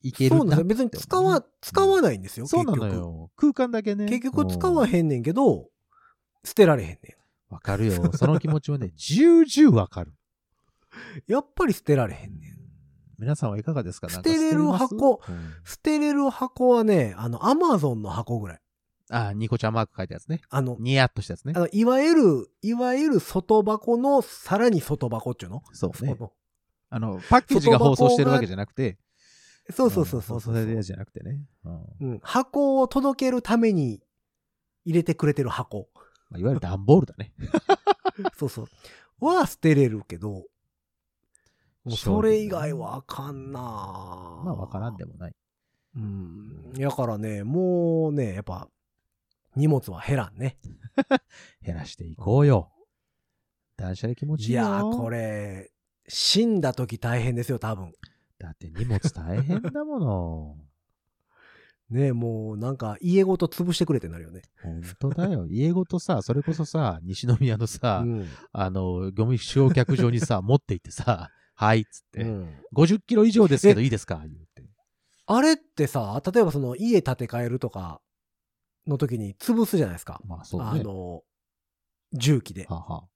Speaker 3: いける
Speaker 2: そうなんですよ。別
Speaker 3: な
Speaker 2: に使わ、使わないんですよ。
Speaker 3: そうなの
Speaker 2: 結局。
Speaker 3: よ。空間だけね。
Speaker 2: 結局使
Speaker 3: う
Speaker 2: わ
Speaker 3: ん
Speaker 2: へんねんけど、捨てられへんね
Speaker 3: わかるよ。その気持ち もね、重々わかる。
Speaker 2: ん。やっぱり捨てられへんねん。
Speaker 3: 皆さんはいかがですかなんか
Speaker 2: 捨てれる箱
Speaker 3: 捨てますうん
Speaker 2: 捨てれる箱はね、あの、アマゾンの箱ぐらい。
Speaker 3: あ、ニコちゃんマーク書いたやつね。
Speaker 2: あの、
Speaker 3: ニヤッとしたやつね
Speaker 2: あ。のいわゆる、いわゆる外箱のさらに外箱っていうの
Speaker 3: そう
Speaker 2: そ
Speaker 3: ね。
Speaker 2: の
Speaker 3: あの、パッケージが放送してるわけじゃなくて、
Speaker 2: そうそうそうそう
Speaker 3: 放
Speaker 2: そ
Speaker 3: 送
Speaker 2: う
Speaker 3: されるやつじゃなくてね。うん
Speaker 2: うん。箱を届けるために入れてくれてる箱。
Speaker 3: まあ、いわゆる段ボールだね。
Speaker 2: そうそう。は捨てれるけど、もうそれ以外はあかんな
Speaker 3: まあ、わからんでもない。
Speaker 2: うん。だからね、もうね、やっぱ、荷物は減らんね。
Speaker 3: 減らしていこうよ。断捨離気持ちい
Speaker 2: い
Speaker 3: いよ。
Speaker 2: やー、こ。れ、死んだ時大変ですよ、多分。
Speaker 3: だって荷物大変だも の。
Speaker 2: ねもうなんか家ごと潰してくれってなるよね。
Speaker 3: 本当だよ。家ごとさ、それこそさ、西宮のさ、
Speaker 2: うん
Speaker 3: あの、ゴミ焼却場 にさ、持って行ってさ、はいっつって、
Speaker 2: うん
Speaker 3: 50キロ以上ですけどいいですか言って。
Speaker 2: あれってさ、例えばその家建て替えるとかの時に潰すじゃないですか。
Speaker 3: まあ、そうね。
Speaker 2: あの、重機で。
Speaker 3: はは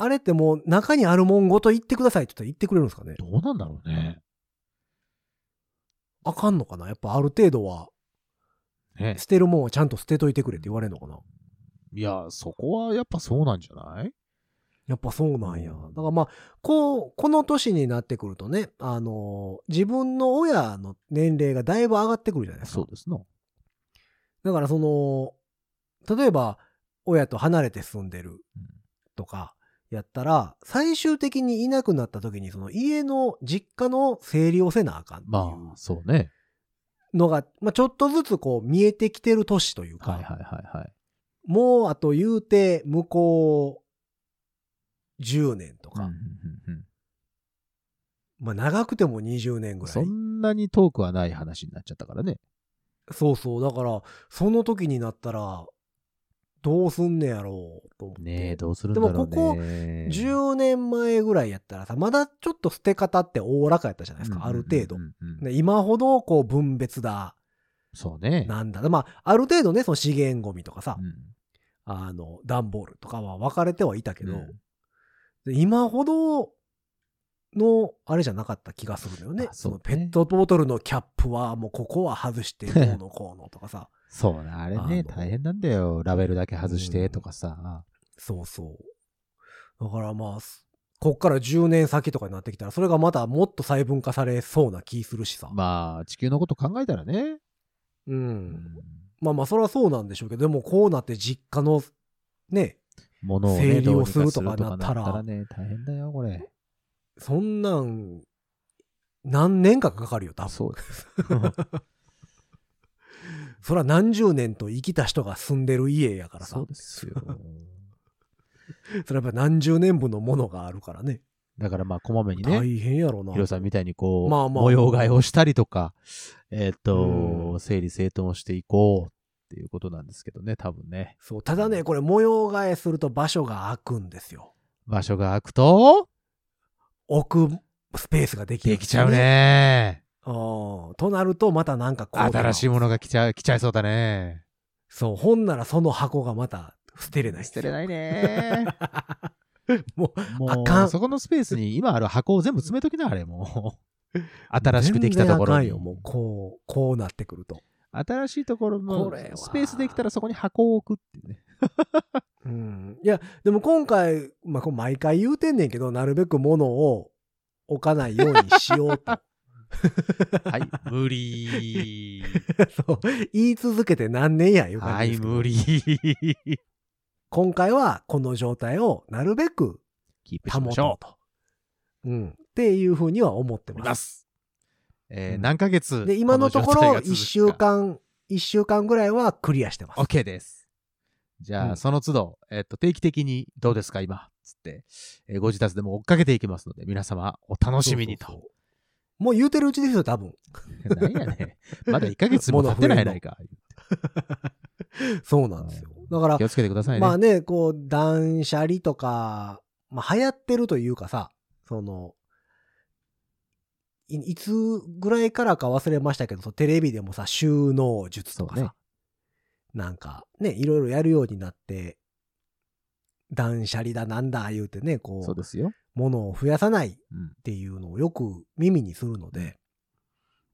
Speaker 2: あれってもう中にあるもんごと言ってくださいって言ったら言ってくれるんですかね
Speaker 3: どうなんだろうね。
Speaker 2: あかんのかなやっぱある程度は
Speaker 3: ね
Speaker 2: 捨てるもんはちゃんと捨てといてくれって言われるのかない
Speaker 3: や、そこはやっぱそうなんじゃない
Speaker 2: やっぱそうなんや。だ
Speaker 3: うん
Speaker 2: からまあ、こう、この年になってくるとね、あの、自分の親の年齢がだいぶ上がってくるじゃないですか
Speaker 3: そう。ですの。
Speaker 2: だからその、例えば、親と離れて住んでるとか、やったら、最終的にいなくなった時に、その家の実家の整理をせなあかんって
Speaker 3: ま
Speaker 2: い
Speaker 3: あ、そうね。
Speaker 2: うのが、まあちょっとずつこう見えてきてる年というか、
Speaker 3: はいはいはいはい。
Speaker 2: もうあと言うて、向こう、10年とか、
Speaker 3: うんうんうんうん
Speaker 2: まあ長くても20年ぐらい
Speaker 3: そ。んなに遠くはない話になっちゃったからね。
Speaker 2: そうそう。だから、その時になったら、どうすんねやろうと思って。
Speaker 3: ねえ、どうするんだろうね。
Speaker 2: でもここ10年前ぐらいやったらさ、まだちょっと捨て方っておおらかやったじゃないですか、ある程度
Speaker 3: うんう。んうんうん
Speaker 2: ね今ほどこう分別だ、
Speaker 3: そうね。
Speaker 2: なんだ。まあ、ある程度ね、その資源ゴミとかさ
Speaker 3: う、ん
Speaker 2: あの、段ボールとかは分かれてはいたけど、
Speaker 3: うん
Speaker 2: で今ほどの、あれじゃなかった気がするのよね。
Speaker 3: あ
Speaker 2: そ
Speaker 3: そう
Speaker 2: の
Speaker 3: ね
Speaker 2: ペットボトルのキャップはもうここは外してどうのこうのとかさ、
Speaker 3: そうね、あれね、
Speaker 2: あの
Speaker 3: 大変なんだよ。ラベルだけ外してとかさ。
Speaker 2: そうそう。だからまあ、すこっから10年先とかになってきたら、それがまたもっと細分化されそうな気するしさ。
Speaker 3: まあ、地球のこと考えたらね。
Speaker 2: う。
Speaker 3: うんん
Speaker 2: まあまあ、それはそうなんでしょうけど、でもこうなって実家の、ね、
Speaker 3: 物をね
Speaker 2: 整理を
Speaker 3: どうにか
Speaker 2: するとかなったら
Speaker 3: なったらね、大変だよ、これ。
Speaker 2: そんなん、何年かかかるよ、多分。
Speaker 3: そうです。
Speaker 2: そら何十年と生きた人が住んでる家やからさ
Speaker 3: そう。ですよ。
Speaker 2: それはやっぱ何十年分のものがあるからね。
Speaker 3: だからまあ、こまめにね、
Speaker 2: 大変やろな。
Speaker 3: ヒロさんみたいにこう、
Speaker 2: まあまあ
Speaker 3: 模様替えをしたりとか、えーっ
Speaker 2: う
Speaker 3: と、整理整頓をしていこうっていうことなんですけどね、多分ね。
Speaker 2: そう。ただね、これ模様替えすると場所が空くんですよ。
Speaker 3: 場所が空くと、
Speaker 2: 置くスペースができる、
Speaker 3: できちゃう。ね。
Speaker 2: うん。となると、またなんかこう。
Speaker 3: 新しいものが来ちゃう、来ちゃいそうだね。
Speaker 2: そう。本ならその箱がまた捨てれない。
Speaker 3: 捨てれないね。
Speaker 2: も
Speaker 3: もう
Speaker 2: あかん
Speaker 3: そこのスペースに今ある箱を全部詰めときな、あれも う。新しくできたところ
Speaker 2: 全
Speaker 3: に
Speaker 2: 然あかんよ。。もうこう、こうなってくると。
Speaker 3: 新しいところ
Speaker 2: こ
Speaker 3: も
Speaker 2: れは
Speaker 3: スペースできたらそこに箱を置くっていうね。
Speaker 2: うん。いや、でも今回、まあ、こう毎回言うてんねんけど、なるべく物を置かないようにしよう と。
Speaker 3: はい、無理。
Speaker 2: そう。言い続けて何年や、よ
Speaker 3: はい、無理。
Speaker 2: 今回はこの状態をなるべく
Speaker 3: キープし
Speaker 2: 保
Speaker 3: まし
Speaker 2: と
Speaker 3: ょ
Speaker 2: うと。うん。っていうふうには思って
Speaker 3: う。い
Speaker 2: ま。
Speaker 3: ますす。えー
Speaker 2: うん
Speaker 3: 何ヶ月
Speaker 2: で、今のところ1週。
Speaker 3: 状態が続くか
Speaker 2: 間、一週間ぐらいはクリアしてます。
Speaker 3: OK です。じゃあ、
Speaker 2: うん
Speaker 3: その都度、えっと、定期的にどうですか、今。つって、えーご自宅でも追っかけていきますので、皆様、お楽しみに
Speaker 2: そうそ
Speaker 3: と
Speaker 2: う。そう。もう言うてるうちですよ、多分。
Speaker 3: 何やねんまだ1ヶ月も経ってない やないか。
Speaker 2: そうなんですよ。だから
Speaker 3: 気、をつけてくださいね。
Speaker 2: まあね、こう、断捨離とか、まあ流行ってるというかさ、その、いいつぐらいからか忘れましたけど、そうテレビでもさ、収納術とかさ、
Speaker 3: そうね
Speaker 2: なんかね、いろいろやるようになって、断捨離だなんだ言うてね、こ
Speaker 3: そう
Speaker 2: う、
Speaker 3: ですよ。
Speaker 2: 物を増やさないっ
Speaker 3: うん。
Speaker 2: ていうのをよく耳にするので、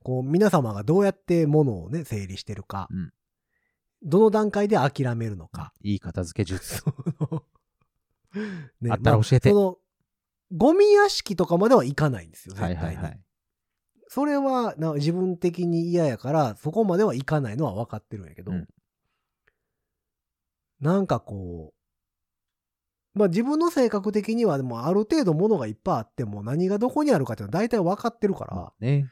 Speaker 2: こう、皆様がどうやって物をね、整理してるか、
Speaker 3: うん
Speaker 2: どの段階で諦めるのか、
Speaker 3: いい片付け術。
Speaker 2: その、ね
Speaker 3: あったら教えて
Speaker 2: まあその、ゴミ屋敷とかまではいかないんですよ、絶
Speaker 3: は
Speaker 2: 対
Speaker 3: い
Speaker 2: に。
Speaker 3: はいはい。
Speaker 2: それはな自分的に嫌やから、そこまではいかないのは分かってるんやけど、
Speaker 3: うん
Speaker 2: なんかこう、まあ自分の性格的には、でもある程度物がいっぱいあっても、何がどこにあるかっていうのは大体分かってるから、
Speaker 3: ね。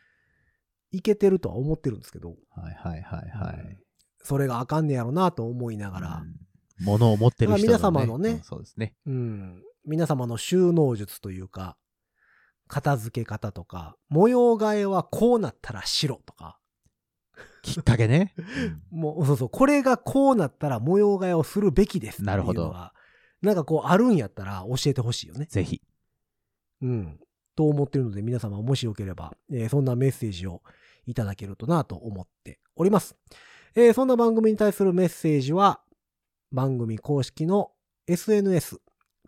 Speaker 2: いけてるとは思ってるんですけど、
Speaker 3: はいはいはいはい。
Speaker 2: それがあかんねやろなと思いながら、
Speaker 3: うん、物を持ってる人
Speaker 2: だから皆様のね
Speaker 3: うんそうですね。
Speaker 2: うん。皆様の収納術というか、片付け方とか、模様替えはこうなったら白とか、
Speaker 3: きっかけね。
Speaker 2: もう、そうそう、これがこうなったら模様替えをするべきですっていうのが。
Speaker 3: なるほど
Speaker 2: なんかこう、あるんやったら教えてほしいよね。
Speaker 3: ぜひ。
Speaker 2: うん。と思ってるので、皆様もしよければ、えーそんなメッセージをいただけるとなと思っております。えーそんな番組に対するメッセージは、番組公式の SNS、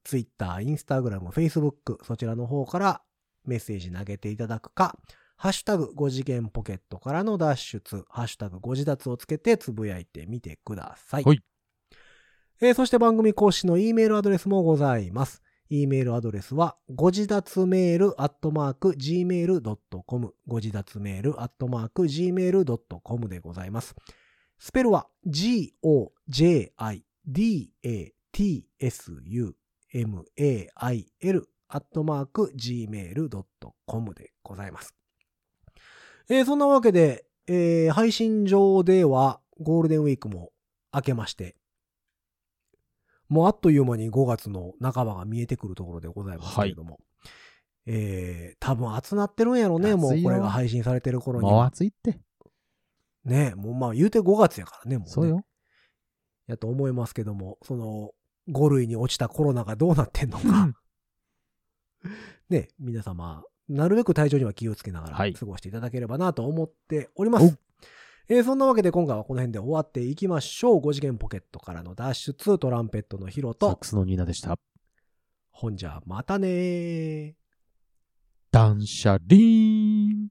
Speaker 2: Twitter、Instagram、Facebook、そちらの方からメッセージ投げていただくか、ハッシュタグ5次元ポケットからの脱出、ハッシュタグ5次脱をつけてつぶやいてみてください。
Speaker 3: はい
Speaker 2: えーそして番組公式の E メールアドレスもございます。E メールアドレスは、ご自立メールアットマーク gmail.com。ご自立メールアットマーク gmail.com でございます。スペルは、g-o-j-i-d-a-t-s-u-m-a-i-l アットマーク gmail.com でございます。えーそんなわけで、えー配信上ではゴールデンウィークも明けまして、もうあっという間に5月の半ばが見えてくるところでございますけれども、えー多分暑なってるんやろね、も
Speaker 3: 暑
Speaker 2: う
Speaker 3: いよ
Speaker 2: これが配信されてる頃に
Speaker 3: もう
Speaker 2: は。
Speaker 3: 暑いって。
Speaker 2: ね、もうまあ言うて5月やからね、もうね、
Speaker 3: そうよ。
Speaker 2: やと思いますけども、その5類に落ちたコロナがどうなってんの
Speaker 3: う
Speaker 2: か
Speaker 3: ん、
Speaker 2: ね、皆様、なるべく体調には気をつけなが
Speaker 3: は
Speaker 2: ら
Speaker 3: い
Speaker 2: 過ごしていただければなと思っております。えーそんなわけで今回はこの辺で終わっていきましょう。5次元ポケットからの脱出、トランペットのヒロ
Speaker 3: サッ
Speaker 2: と、
Speaker 3: クスのニーナでした。
Speaker 2: ほんじゃまたねー。
Speaker 3: 断捨離